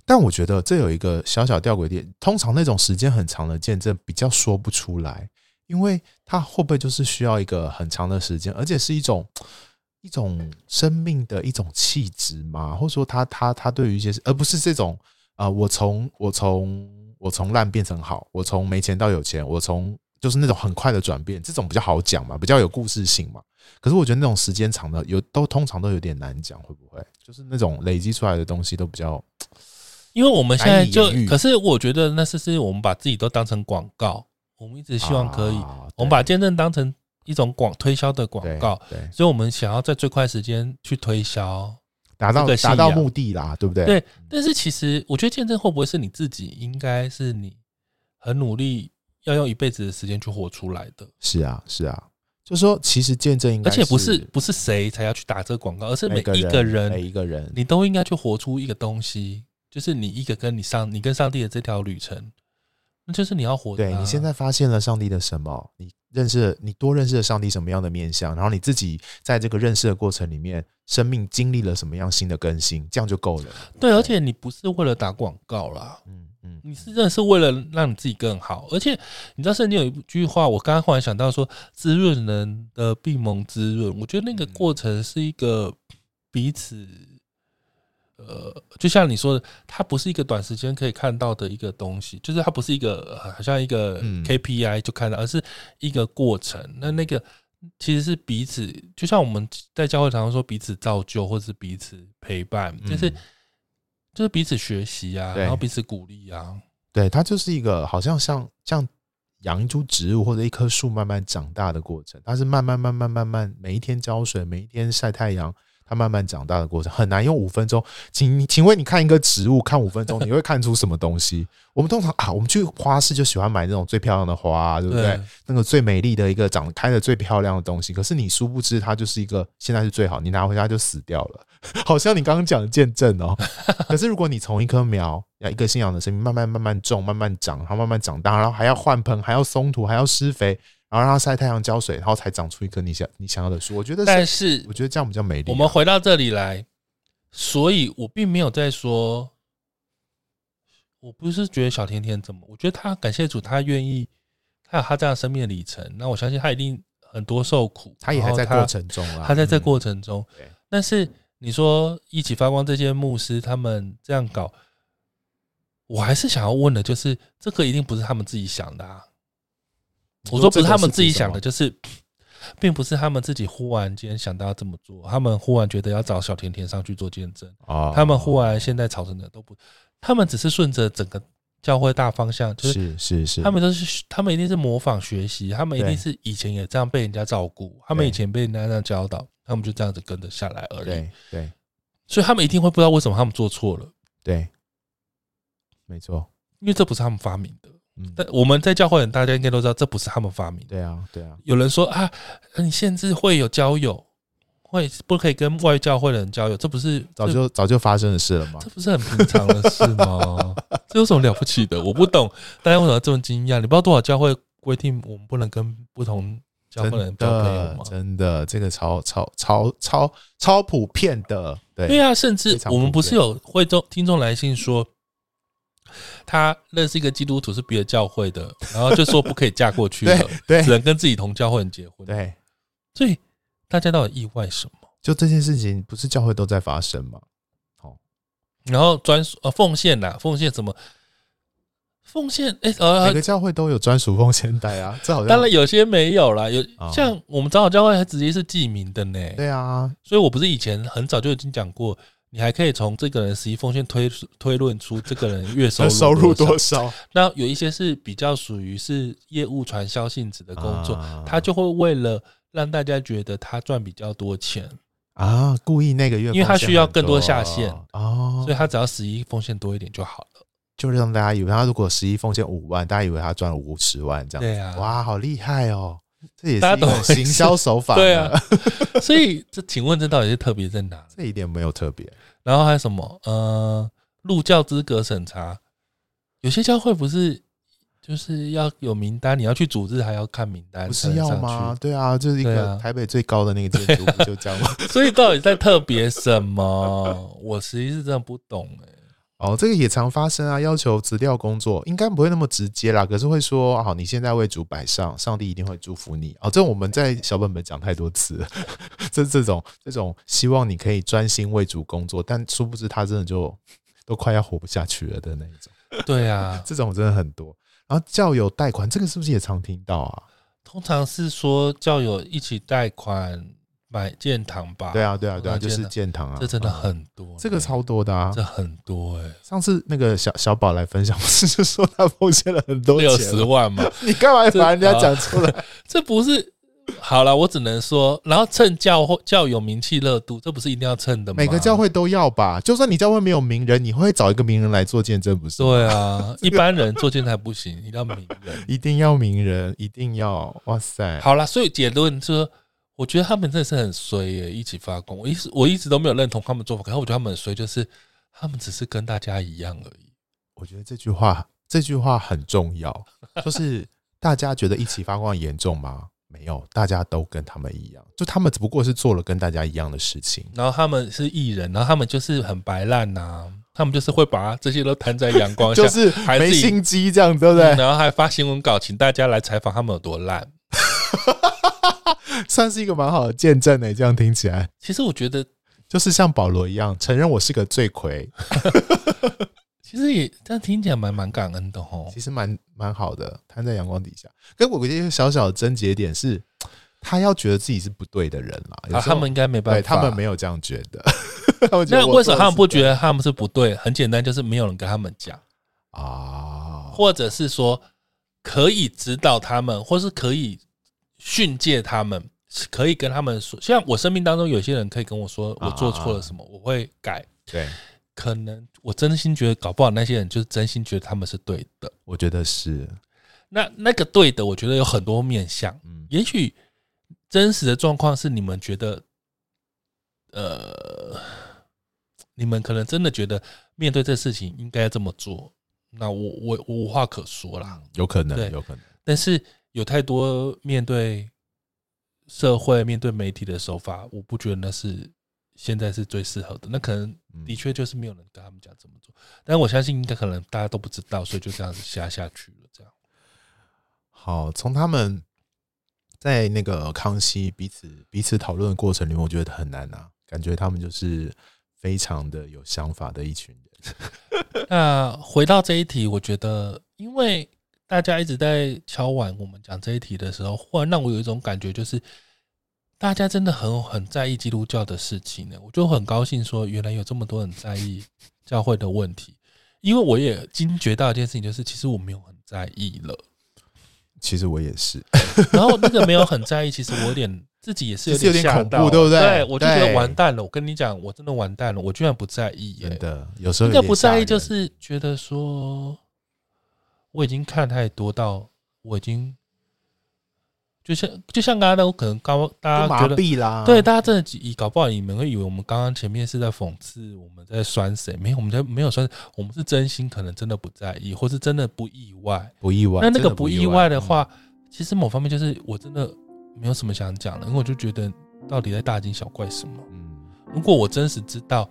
S4: 但我觉得这有一个小小吊诡点，通常那种时间很长的见证比较说不出来，因为它会不会就是需要一个很长的时间，而且是一种一种生命的一种气质嘛，或者说他他他对于一些，而不是这种啊、呃我从我从我从烂变成好，我从没钱到有钱，我从就是那种很快的转变，这种比较好讲嘛，比较有故事性嘛。可是我觉得那种时间长的有都通常都有点难讲，会不会就是那种累积出来的东西都比较
S3: 因为我们现在就
S4: 难以言，喻
S3: 可是我觉得那是是我们把自己都当成广告，我们一直希望可以，
S4: 啊
S3: 我们把见证当成一种广推销的广
S4: 对
S3: 告，
S4: 对对
S3: 所以我们想要在最快时间去推销。
S4: 达
S3: 这
S4: 到
S3: 个信
S4: 达到
S3: 仰
S4: 目的啦，对不对？
S3: 对，但是其实我觉得见证会不会是你自己，应该是你很努力要用一辈子的时间去活出来的，
S4: 是啊是啊，就说其实见证应该，
S3: 而且不是不是谁才要去打这个广告，而是每
S4: 每
S3: 一个
S4: 每
S3: 人，
S4: 一个人，
S3: 你都应该去活出一个东西，就是你一个跟你上你跟上帝的这条旅程，那就是你要活的啊、
S4: 对你现在发现了上帝的什么？你认识了你多认识了上帝什么样的面相？然后你自己在这个认识的过程里面，生命经历了什么样新的更新？这样就够了。
S3: 对，而且你不是为了打广告啦，
S4: 嗯嗯，
S3: 你是真的是为了让你自己更好，而且你知道圣经有一句话，我刚刚忽然想到说，滋润人的必蒙滋润。我觉得那个过程是一个彼此，呃，就像你说的，它不是一个短时间可以看到的一个东西，就是它不是一个呃好像一个
S4: 嗯
S3: KPI 就看到，而是一个过程。那那个其实是彼此，呃就像我们在教会常常说彼此造就，或是彼此陪伴，就是。
S4: 嗯
S3: 就是彼此学习啊，
S4: 对
S3: 然后彼此鼓励啊，
S4: 对，它就是一个好像像像养一株植物或者一棵树慢慢长大的过程，它是慢慢慢慢慢慢，每一天浇水，每一天晒太阳，它慢慢长大的过程，很难用五分钟。请请问你看一个植物看五分钟，你会看出什么东西？ 我们通常啊，我们去花市就喜欢买那种最漂亮的花啊、对不对？那个最美丽的一个长开的最漂亮的东西，可是你殊不知它就是一个现在是最好，你拿回家就死掉了， 好像你刚刚讲的见证哦。 可是如果你从一棵苗，要一个信仰的生命慢慢慢慢种，慢慢长，然后慢慢长大，然后还要换盆，还要松土，还要施肥，然后让它晒太阳浇水，然后才长出一棵你想你想要的树。我觉得
S3: 但
S4: 是，
S3: 是
S4: 我觉得这样比较美丽啊、
S3: 我们回到这里来，所以我并没有在说，我不是觉得小甜甜怎么，我觉得他感谢主，他愿意，他有他这样生命的里程，那我相信他一定很多受苦，
S4: 他也还在
S3: 然后
S4: 过，程中啊，
S3: 他哦在这
S4: 嗯
S3: 过程中，
S4: 对
S3: 但是你说一起发光这些牧师他们这样搞。我还是想要问的，就是这个一定不是他们自己想的啊！我说不是他们自己想的，
S4: 就
S3: 就是并不是他们自己忽然间想到要这么做，他们忽然觉得要找小甜甜上去做见证，
S4: 哦
S3: 他们忽然现在吵成的都不，他们只是顺着整个教会大方向，就是
S4: 哦是是是，
S3: 他们都是他们一定是模仿学习，他们一定
S4: 对
S3: 是以前也这样被人家照顾，他们
S4: 对
S3: 以前被人家那样教导，他们就这样子跟着下来而已，
S4: 对对
S3: 所以他们一定会不知道为什么他们做错了，
S4: 对，没错，
S3: 因为这不是他们发明的。
S4: 嗯，
S3: 但我们在教会人，大家应该都知道，这不是他们发明的。
S4: 对啊对啊，
S3: 呃有人说啊，你限制会有交友，会不可以跟外教会的人交友？这不是
S4: 早
S3: 这
S4: 就早就发生的事了嘛。
S3: 这不是很平常的事吗？ 这有什么了不起的？我不懂，大家为什么这么惊讶？你不知道多少教会规定我们不能跟不同教会的人
S4: 真
S3: 交朋友
S4: 的
S3: 吗？
S4: 真的，这个超超超超超普遍的，
S3: 对
S4: 对，
S3: 啊，甚至
S4: 非常
S3: 我们
S4: 普
S3: 不是
S4: 遍
S3: 有会众听众来信说，他认识一个基督徒是别的教会的，然后就说不可以嫁过去了，
S4: 对
S3: 只能跟自己同教会人结婚。，
S4: 对，
S3: 所以大家到底意外什么？
S4: 就这件事情不是教会都在发生吗？
S3: 然后专属呃奉献呐，奉献什么？奉献哎呃
S4: 每个，教会都有专属奉献袋啊，这好像
S3: 当然有些没有啦，有
S4: 哦
S3: 像我们长老教会还直接是记名的呢。
S4: 对啊，
S3: 所以我不是以前很早就已经讲过，你还可以从这个人十一奉献推推论出这个人月收
S4: 那
S3: 入
S4: 收入
S3: 多
S4: 多
S3: 少。
S4: 少？
S3: 那有一些是比较属于是业务传销性质的工作，
S4: 啊
S3: 他就会为了让大家觉得他赚比较多钱，
S4: 啊，故意那个月，
S3: 因为他需要更多下线
S4: 哦
S3: 所以，他只要十一奉献多一点就好了。
S4: 就让大家以为他如果十一奉献五万，大家以为他赚五十万这样子。
S3: 对啊
S4: 哇，好厉害哦！这也
S3: 大家
S4: 是一种
S3: 懂我意
S4: 行
S3: 思
S4: 销手法。
S3: 对啊，，所以这请问这到底是特别在哪？
S4: 这一点没有特别。
S3: 然后还有什么？呃，入教资格审查，有些教会不是就是要有名单，你要去组织还要看名单，
S4: 不是要吗？？对啊，就是一
S3: 对
S4: 个
S3: 啊
S4: 台北最高的那个建筑，不就这样吗？
S3: 所以到底在特别什么？我实际是真的不懂哎、
S4: 哦，这个也常发生啊，要求辞掉工作，应该不会那么直接啦，可是会说，哦好，你现在为主摆上，上帝一定会祝福你。哦，这我们在小本本讲太多次 了，这这种这种希望你可以专心为主工作，但殊不知他真的就都快要活不下去了的那一种，
S3: 对啊，
S4: 这种真的很多。然后教友贷款，这个是不是也常听到啊？
S3: 通常是说教友一起贷款买建堂吧？
S4: 对啊，对啊，对啊，
S3: 那
S4: 就
S3: 真
S4: 是
S3: 的
S4: 建堂啊，
S3: 这真的
S4: 嗯、
S3: 很多呢、
S4: 这个超多的啊
S3: 这。很多哎、
S4: 上次那个小小宝来分享，不是就说他奉献了很多钱啊
S3: 六
S4: 吗
S3: 十万嘛，
S4: 你干嘛把人家
S3: 这
S4: 讲出来？
S3: 这不是。好了，我只能说，然后趁教会教友名气热度，这不是一定要趁的吗？
S4: 每个教会都要吧，就算你教会没有名人，你会找一个名人来做见证，不是？，
S3: 对啊，一般人做建材不行，一定要名人。
S4: 一定要名人，一定要，哇塞！
S3: 好啦，所以结论就是，我觉得他们真的是很衰耶、一起发光。我一直我一直都没有认同他们做法，可是我觉得他们很衰，就是他们只是跟大家一样而已。
S4: 我觉得这句话，这句话很重要，就是大家觉得一起发光严重吗？没有，大家都跟他们一样，就他们只不过是做了跟大家一样的事情。
S3: 然后他们是艺人，然后他们就是很白烂呐、他们就是会把这些都摊在阳光下，
S4: 就是
S3: 还自
S4: 没
S3: 己
S4: 心机这样，对不
S3: 嗯
S4: 对？
S3: 然后还发新闻稿，请大家来采访他们有多烂。
S4: 算是一个蛮好的见证呢、欸这样听起来，
S3: 其实我觉得，
S4: 就是像保罗一样，承认我是个罪魁，
S3: 其实也这样听起来蛮蛮感恩的哦
S4: 其。实蛮蛮好的，摊在阳光底下。跟我有一个小小的症结点是，他要觉得自己是不对的人啦。有
S3: 啊，
S4: 时
S3: 他
S4: 候
S3: 们应该没办
S4: 对
S3: 法，
S4: 他们没有这样觉 得。他们觉得
S3: 那
S4: 我
S3: 为什么他们不觉
S4: 做的
S3: 得他们是不对？很简单，就是没有人跟他们讲，
S4: 是对啊？
S3: 或者是说可以指导他们，或是可以训诫他们，是可以跟他们说。像我生命当中有些人可以跟我说
S4: 啊
S3: 我做错了什么，我会改。
S4: 对，
S3: 可能我真心觉得，搞不好那些人就是真心觉得他们是对的。
S4: 我觉得是，
S3: 那那个对的，我觉得有很多面向。
S4: 嗯，
S3: 也许真实的状况是你们觉得，呃，你们可能真的觉得面对这事情应该这么做，那我我我无话可说啦。
S4: 有可
S3: 对
S4: 能，有可能，
S3: 但是有太多面对社会、面对媒体的手法，我不觉得那是现在是最适合的。那可能
S4: 嗯
S3: 的确就是没有人跟他们讲怎么做，但我相信应该可能大家都不知道，所以就这样子下下去了。这样
S4: 好，从他们在那个康熙彼此彼此讨论的过程里面，我觉得很难啊，感觉他们就是非常的有想法的一群人。
S3: 那回到这一题，我觉得，因为大家一直在敲碗，我们讲这一题的时候，忽然让我有一种感觉，就是大家真的很很在意基督教的事情呢。我就很高兴说，原来有这么多人在意教会的问题，因为我也惊觉到一件事情，就是其实我没有很在意了。
S4: 其实我也是，
S3: 然后那个没有很在意，其实我有点自己也是有
S4: 其实有
S3: 点
S4: 点
S3: 吓
S4: 恐
S3: 到，
S4: 怖对不对
S3: 对，我就觉
S4: 对
S3: 得完蛋了。我跟你讲，我真的完蛋了，我居然不在意耶、
S4: 真的，有时候
S3: 应该
S4: 有点
S3: 不在
S4: 吓
S3: 意，就
S4: 人
S3: 是觉得说，我已经看太多到我已经就像就像刚刚那我可能刚大家觉
S4: 就麻
S3: 得
S4: 痹啊啦。
S3: 对，大家真的以搞不好你们会以为我们刚刚前面是在讽刺，我们在酸谁？没有，我们在没有酸，我们是真心，可能真的不在意，或是真的不意外。
S4: 不意外。
S3: 那那
S4: 真的
S3: 个不意外的，话，其实某方面就是我真的没有什么想讲的，因为我就觉得到底在大惊小怪什么？
S4: 嗯，
S3: 如果我真实知道，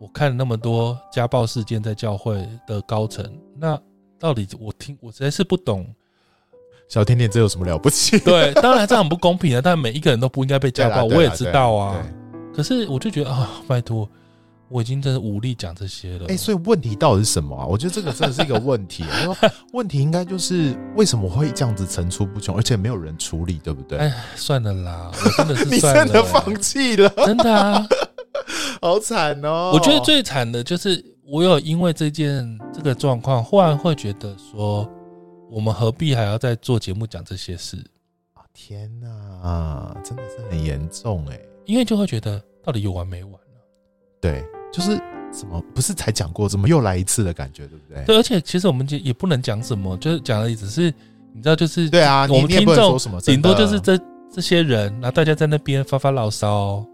S3: 我看了那么多家暴事件在教会的高层，那到底我听我实在是不懂。
S4: 小甜甜这有什么了不起？
S3: 对，当然这样很不公平啊，但每一个人都不应该被家
S4: 对啦
S3: 暴，
S4: 对
S3: 我也
S4: 啦
S3: 知
S4: 对
S3: 道啊。
S4: 对
S3: 可是我就觉得啊，拜托，我已经真的无力讲这些了。
S4: 哎、所以问题到底是什么啊？我觉得这个真的是一个问题、啊。 因为问题应该就是为什么会这样子层出不穷，而且没有人处理，对不对？
S3: 哎，算了 啦，我真的
S4: 你
S3: 是算了、
S4: 真的放弃了，
S3: 真的啊！
S4: 好惨哦！
S3: 我觉得最惨的就是我有因为这件这个状况，忽然会觉得说，我们何必还要再做节目讲这些事？
S4: 啊天哪、真的是很严重哎、
S3: 因为就会觉得到底有完没完啊
S4: 对，就是怎么不是才讲过，怎么又来一次的感觉，对不对？
S3: 对，而且其实我们也也不能讲什么，就是讲的也只是你知道，就是
S4: 对啊，你
S3: 我们
S4: 你也
S3: 听
S4: 不能
S3: 众
S4: 说什么，
S3: 顶多
S4: 真
S3: 就
S4: 的啊
S3: 是这这些人，然后大家在那边发发牢骚，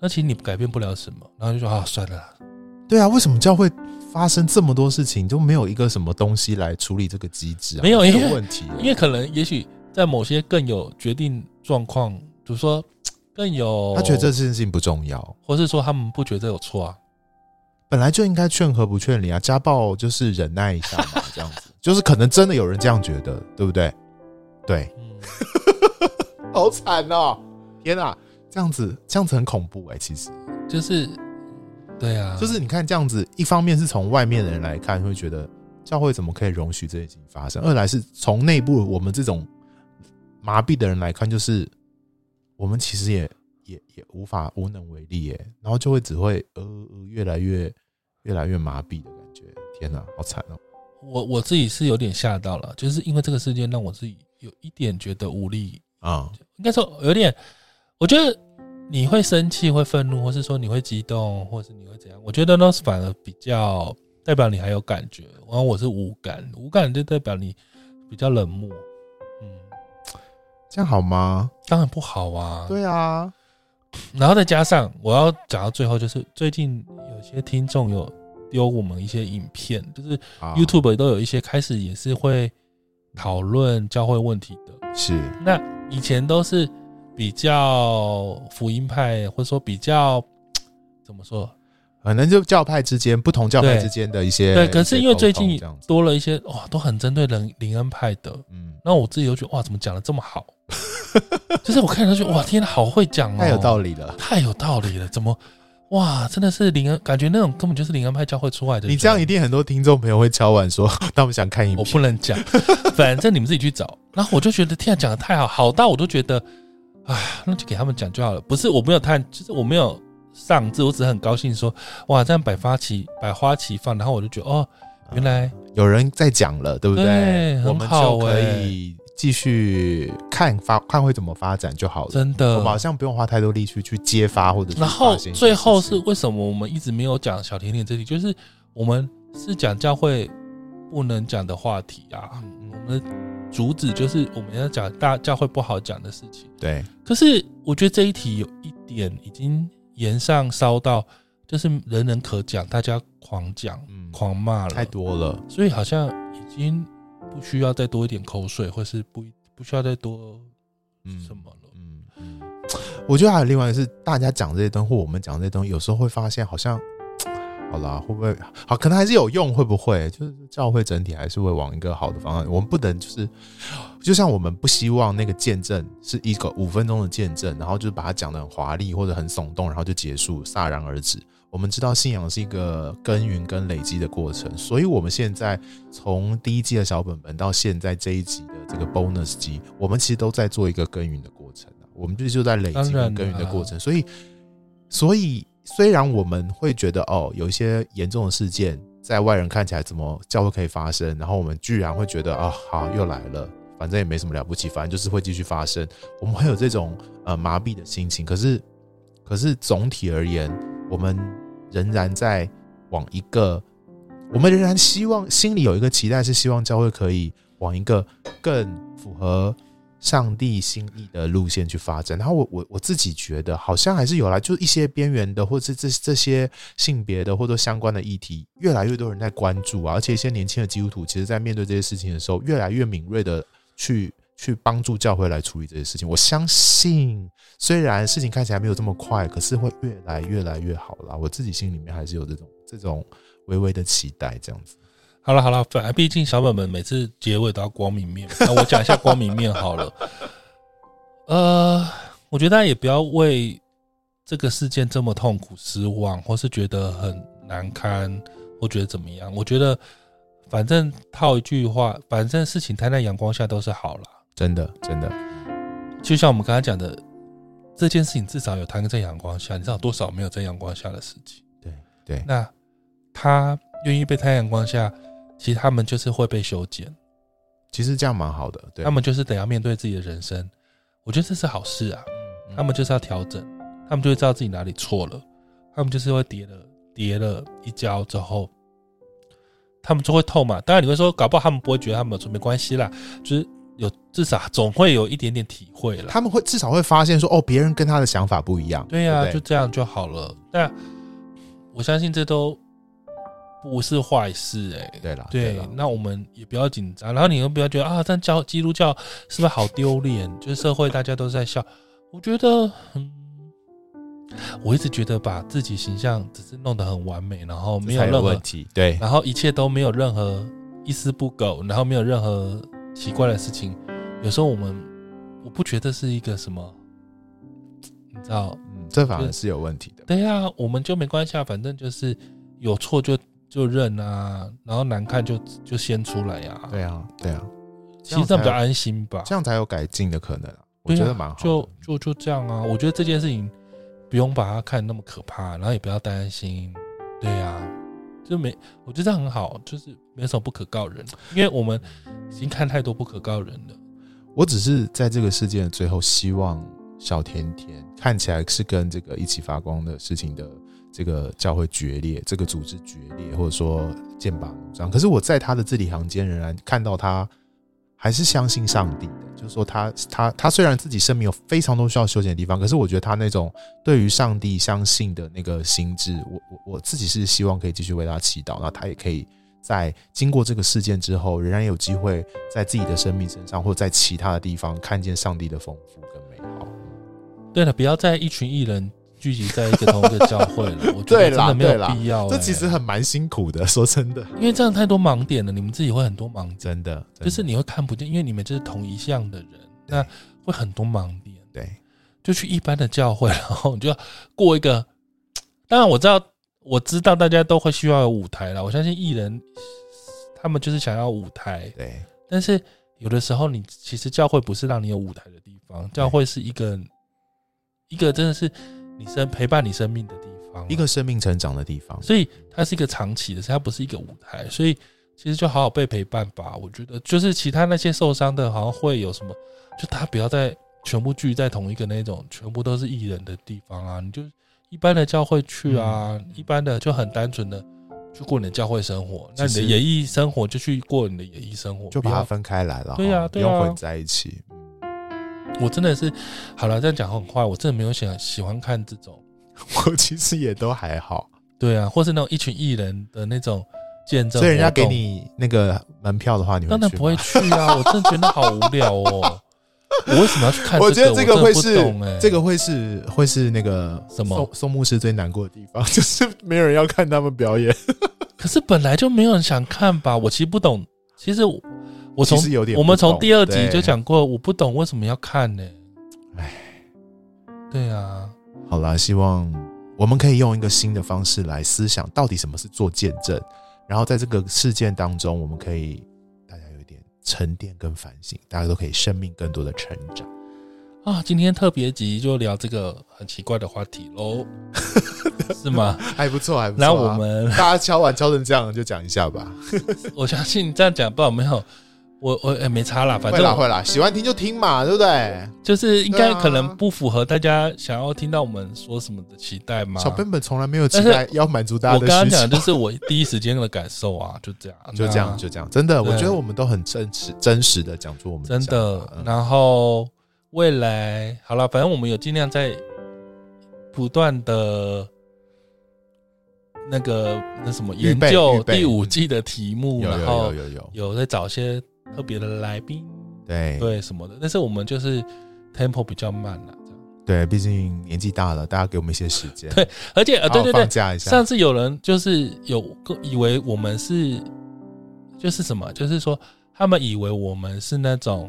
S3: 那其实你改变不了什么，然后就说啊，算了啦。
S4: 对啊，为什么教会发生这么多事情，就没有一个什么东西来处理这个机制啊？
S3: 没有
S4: 这
S3: 因为
S4: 个问题啊，
S3: 因为可能也许在某些更有决定状况，比如说更有
S4: 他觉得这件事情不重要，
S3: 或是说他们不觉得这有错啊，
S4: 本来就应该劝和不劝离啊，家暴就是忍耐一下嘛，这样子， 就是可能真的有人这样觉得，对不对？对，
S3: 嗯，
S4: 好惨哦！天啊，这样子这样子很恐怖哎、其实
S3: 就是对啊，
S4: 就是你看这样子，一方面是从外面的人来看会觉得教会怎么可以容许这些事情发生，二来是从内部我们这种麻痹的人来看，就是我们其实也也也无法无能为力耶、然后就会只会呃呃越来越越来越麻痹的感觉。天哪、好惨哦！
S3: 我我自己是有点吓到了，就是因为这个事件让我自己有一点觉得无力，
S4: 啊、
S3: 应该说有点，我觉得你会生气、会愤怒，或是说你会激动，或是你会怎样，我觉得那是反而比较代表你还有感觉，然后我是无感，无感就代表你比较冷漠，嗯，
S4: 这样好吗？
S3: 当然不好啊，
S4: 对啊，
S3: 然后再加上我要讲到最后，就是最近有些听众有丢我们一些影片，就是
S4: 好
S3: YouTube 都有一些开始也是会讨论教会问题的。
S4: 是
S3: 那以前都是比较福音派，或者说比较怎么说，
S4: 可能就教派之间不同教派
S3: 对
S4: 之间的一些
S3: 对可是因为
S4: 一些沟通
S3: 最近
S4: 这样子，
S3: 多了一些哇，都很针对灵灵恩派的。
S4: 嗯，
S3: 那我自己都觉得哇，怎么讲的这么 好？就是我看上去哇，天哪，好会讲哦，
S4: 太有道理了。
S3: 太有道理了，怎么哇，真的是灵恩，感觉那种根本就是灵恩派教会出来的人。
S4: 你这样一定很多听众朋友会敲碗说， 他们想看影
S3: 我
S4: 片。
S3: 不能讲， 反正你们自己去找。然后我就觉得天啊，讲的太好，好到我都觉得，啊，那就给他们讲就好了。不是我没有探，就是我没有上志，我只是很高兴说，哇，这样百花齐百花齐放。然后我就觉得哦，原来
S4: 有人在讲了，对不
S3: 对
S4: 我
S3: 很
S4: 们
S3: 好欸
S4: 就可以继续看发看会怎么发展就好了。
S3: 真
S4: 我
S3: 的
S4: 们。好像不用花太多力去去揭发或者是
S3: 然后
S4: 发现一些
S3: 最后
S4: 事
S3: 是
S4: 情
S3: 为什么我们一直没有讲小甜甜这里？就是我们是讲教会不能讲的话题啊，
S4: 嗯
S3: 我们的主旨就是我们要讲大教会不好讲的事情。
S4: 对
S3: 可是我觉得这一题有一点已经延上烧到，就是人人可讲，大家狂讲、
S4: 嗯
S3: 狂骂了
S4: 太，多了，
S3: 所以好像已经不需要再多一点口水，或是不不需要再多
S4: 嗯
S3: 什么了。
S4: 嗯嗯，我觉得还有另外一个是，大家讲这些东西，或我们讲这些东西，有时候会发现好像，好啦，会不会好？可能还是有用，会不会？就是教会整体还是会往一个好的方向。我们不能就是，就像我们不希望那个见证是一个五分钟的见证，然后就是把它讲的很华丽或者很耸动，然后就结束，戛然而止。我们知道信仰是一个耕耘跟累积的过程，所以我们现在从第一季的小本本到现在这一集的这个 bonus 集，我们其实都在做一个耕耘的过程啊，我们就就在累
S3: 嗯
S4: 积
S3: 当然啦
S4: 跟耕耘的过程。所以，所以虽然我们会觉得哦，有一些严重的事件在外人看起来怎么教会可以发生，然后我们居然会觉得啊、好又来了，反正也没什么了不起，反正就是会继续发生，我们会有这种呃麻痹的心情。可是，可是总体而言，我们仍然在往一个，我们仍然希望心里有一个期待，是希望教会可以往一个更符合上帝心意的路线去发展。然后我我我自己觉得好像还是有啦，就是一些边缘的，或者是这这些性别的或者相关的议题，越来越多人在关注啊。而且一些年轻的基督徒，其实在面对这些事情的时候，越来越敏锐的去去帮助教会来处理这些事情。我相信，虽然事情看起来没有这么快，可是会越来越来越好啦。我自己心里面还是有这种这种微微的期待，这样子。
S3: 好了好了，反正毕竟小本本每次结尾都要光明面，那我讲一下光明面好了。 呃，我觉得大家也不要为这个事件这么痛苦、失望，或是觉得很难堪，或觉得怎么样。我觉得，反正套一句话，反正事情摊在阳光下都是好啦。
S4: 真的，真的，
S3: 就像我们刚才讲的，这件事情至少有摊在阳光下，你知道有多少没有在阳光下的事情？
S4: 对对
S3: 那他愿意被太阳光下，其实他们就是会被修剪，
S4: 其实这样蛮好的。对
S3: 他们就是得要面对自己的人生。我觉得这是好事
S4: 嗯
S3: 啊，他们就是要调整，他们就会知道自己哪里错了，他们就是会跌了跌了一跤之后，他们就会痛嘛。当然你会说，搞不好他们不会觉得他们有错，没关系啦，就是有至少总会有一点点体会啦。
S4: 嗯他们会至少会发现说，哦，别人跟他的想法不一样。
S3: 对呀、
S4: 不
S3: 就这样就好了。但我相信这都不是坏事哎、
S4: 对啦，
S3: 对
S4: 啦，
S3: 那我们也不要紧张，然后你又不要觉得啊，但教基督教是不是好丢脸？就是社会大家都在笑，我觉得，嗯，我一直觉得把自己形象只是弄得很完美，然后没有
S4: 这才
S3: 任何
S4: 问，题。对，
S3: 然后一切都没有任何一丝不苟，然后没有任何奇怪的事情。有时候我们，我不觉得是一个什么，你知道，
S4: 嗯，这反而是有问题的。
S3: 对呀、我们就没关系啊，反正就是有错就就认啊，然后难看就就先出来呀、
S4: 对啊，对啊，
S3: 其实这样比较
S4: 才
S3: 安心吧。
S4: 这样才有改进的可能啊。我
S3: 对啊
S4: 觉得蛮好的。
S3: 就就就这样啊，我觉得这件事情不用把它看那么可怕，然后也不要担心。对啊，就没，我觉得这样很好，就是没什么不可告人，因为我们已经看太多不可告人了。
S4: 我只是在这个事件的最后，希望小甜甜看起来是跟这个一起发光的事情的这个教会决裂，这个组织决裂，或者说剑拔弩张。可是我在他的字里行间，仍然看到他还是相信上帝的。就是说他，他他虽然自己生命有非常多需要修剪的地方，可是我觉得他那种对于上帝相信的那个心智，我我我自己是希望可以继续为他祈祷，然后他也可以在经过这个事件之后，仍然有机会在自己的生命身上，或在其他的地方看见上帝的丰富跟美好。
S3: 对了，不要在一群艺人聚集在一个同一个教会 了，我觉得
S4: 对
S3: 真
S4: 啦
S3: 的没
S4: 对
S3: 有
S4: 啦
S3: 必要、
S4: 这其实
S3: 欸
S4: 很蛮辛苦的，说真的，
S3: 因为这样太多盲点了，你们自己会很多盲点。
S4: 真的，真的
S3: 就是你会看不见，因为你们就是同一项的人，那会很多盲点。
S4: 对
S3: 就去一般的教会，然 后你就要过一个。当然我知道，我知道大家都会需要有舞台啦。我相信艺人他们就是想要舞台，
S4: 对
S3: 但是有的时候你其实教会不是让你有舞台的地方，教会是一个一个真的是你生陪伴你生命的地方啊，
S4: 一个生命成长的地方。
S3: 所以它是一个长期的，所以它不是一个舞台，所以其实就好好被陪伴吧。我觉得就是其他那些受伤的，好像会有什么，就他不要再全部聚在同一个那种，全部都是艺人的地方啊，你就一般的教会去啊，
S4: 嗯
S3: 一般的就很单纯的去过你的教会生活，那你
S4: 其
S3: 的
S4: 实
S3: 演艺生活就去过你的演艺生活，
S4: 就
S3: 不
S4: 把它
S3: 要。
S4: 分开来了，
S3: 对呀
S4: 哈不
S3: 对呀
S4: 用混在一 起。
S3: 我真的是好了，这样讲很坏，我真的没有想喜欢看这种，
S4: 我其实也都还好，
S3: 对啊，或是那种一群艺人的那种见证活动，
S4: 所以人家给你那个门票的话，你会
S3: 当然
S4: 去
S3: 不会
S4: 吗
S3: 去啊！我真的觉得好无聊哦。我为什么要去看、
S4: 我觉得
S3: 这
S4: 这个会
S3: 真
S4: 是
S3: 的不懂欸
S4: 这个会是会是那个
S3: 什么
S4: 宋宋牧师最难过的地方， 就是没有人要看他们表演。
S3: 可是本来就没有人想看吧？我其实不懂。其实我我从
S4: 其实有点不
S3: 我们从
S4: 懂
S3: 第二集
S4: 对
S3: 就讲过，我不懂为什么要看呢、
S4: 唉
S3: 对啊，
S4: 好啦，希望我们可以用一个新的方式来思想，到底什么是做见证。然后在这个事件当中，我们可以大家有一点沉淀跟反省，大家都可以生命更多的成长。
S3: 啊，今天特别集就聊这个很奇怪的话题 喽，是吗？
S4: 还不错，还啊不错、
S3: 那我们
S4: 大家敲碗敲成这样，就讲一下吧。
S3: 我相信这样讲不知道有没有我我哎、没差啦，反
S4: 会啦
S3: 正
S4: 会啦，喜欢听就听嘛，对不对？
S3: 就是应该
S4: 对啊
S3: 可能不符合大家想要听到我们说什么的期待嘛。
S4: 小
S3: 我
S4: 根本从来没有期
S3: 但
S4: 待要满足大 家
S3: 刚刚
S4: 的需
S3: 讲的就
S4: 求，
S3: 是我第一时间的感受 啊，就这样，
S4: 就这样
S3: 那
S4: 就这样，真的，
S3: 对
S4: 我觉得我们都很真实真实的讲出我们
S3: 真
S4: 想法
S3: 的
S4: 嗯。
S3: 然后未来好了，反正我们有尽量在不断的那个那什么
S4: 预
S3: 研
S4: 备
S3: 究
S4: 预备
S3: 第五季的题目，
S4: 有有
S3: 然后
S4: 有有有，
S3: 有在找一些特别的来宾，
S4: 对
S3: 对什么的。但是我们就是 tempo 比较慢了、这样
S4: 对，毕竟年纪大了，大家给我们一些时 间，
S3: 对而且呃，
S4: 好
S3: 对
S4: 好
S3: 对对
S4: 放，假一下
S3: 上，次有人就是有以为我们是就是什么，就是说他们以为我们是那种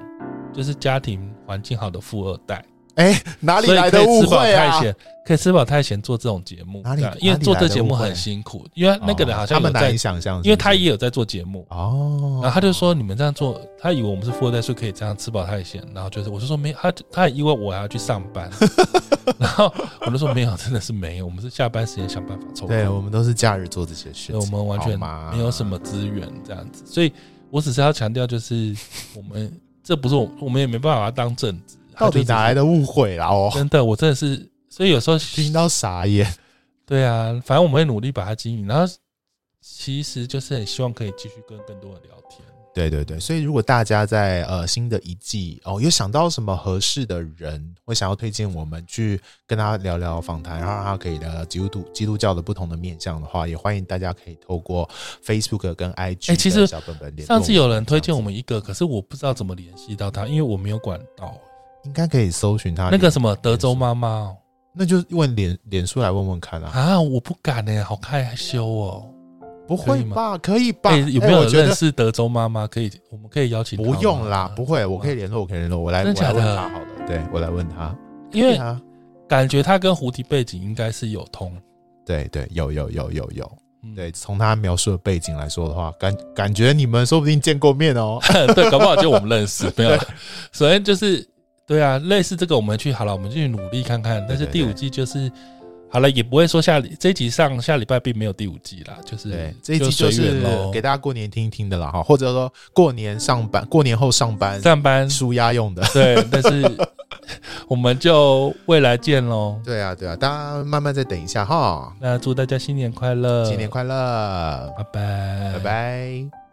S3: 就是家庭环境好的富二代。
S4: 哎，哪里
S3: 所以
S4: 来
S3: 可
S4: 的
S3: 以
S4: 误
S3: 吃饱
S4: 会啊
S3: 太？闲，可以吃饱太闲做这种节目，
S4: 哪里
S3: 这样因为
S4: 哪里
S3: 做
S4: 来
S3: 这
S4: 的
S3: 节目
S4: 误会
S3: 很辛苦，因为那个人好
S4: 哦
S3: 像
S4: 他
S3: 有
S4: 们
S3: 在
S4: 难以，想象，
S3: 因为他
S4: 是不是
S3: 也有在做节目，
S4: 哦，
S3: 然后他就说你们这样做，他以为我们是富二代，所以可以这样吃饱太闲，然后就是我就说没，他他也以为我还要去上班，然后我就说没有，真的是没有，我们是下班时间想办法凑合，
S4: 对我们都是假日做这些事
S3: 所以
S4: 情，
S3: 我们完全
S4: 好吗
S3: 没有什么资源这样子，所以我只是要强调，就是我们 这不是我，我们也没办法当正职，
S4: 到底哪来
S3: 的？
S4: 的误会啦？哦，
S3: 真的，我真的是，所以有时候
S4: 听到傻眼。
S3: 对啊，反正我们会努力把它经营，然后其实就是很希望可以继续跟更多人聊天。
S4: 对对对，所以如果大家在呃新的一季哦有想到什么合适的人，会想要推荐我们去跟他聊聊访谈，然后让他可以呃聊聊基督徒基督教的不同的面向的话，也欢迎大家可以透过 Facebook 跟 IG
S3: 哎其实
S4: 的小本本联络
S3: 上次有人推荐
S4: 这样
S3: 我们一个，可是我不知道怎么联系到他，因为我没有管道。啊
S4: 子，应该可以搜寻他
S3: 那个什么德州
S4: 吗？
S3: 妈妈哦
S4: 那就问脸脸书来问问看啊，
S3: 啊，我不敢呢、好害羞哦。
S4: 不会吧？可以吧？
S3: 哎，有没
S4: 哎
S3: 有
S4: 我
S3: 人
S4: 觉得
S3: 认识德州妈妈？可以，我们可以邀请。
S4: 不用啦，不，会，我可以联络，我可以联络，我来我
S3: 啊真的
S4: 来问
S3: 假的
S4: 他好了，对我来问他，
S3: 因为
S4: 对啊，
S3: 感觉他跟胡迪背景应该是有通。
S4: 对对，有有有有有。
S3: 嗯
S4: 对，从他描述的背景来说的话，感感觉你们说不定见过面哦。
S3: 对，搞不好就我们认 识，没有啦。首先就是对啊，类似这个我们去好了，我们去努力看看。但是
S4: 对对
S3: 第五季就是好了，也不会说下礼这一集上下礼拜并没有第五季啦， 就是
S4: 对，这一集
S3: 随
S4: 就是
S3: 缘喽
S4: 给。大家过年听一听的啦哈，或者说过年上班、过年后上班
S3: 上 班
S4: 舒压用的。
S3: 对，但是 我们就未来见喽。
S4: 对啊，对啊，大家慢慢再等一下哈。
S3: 那祝大家新年快乐，
S4: 新年快乐，
S3: 乐，拜拜，
S4: 拜。拜。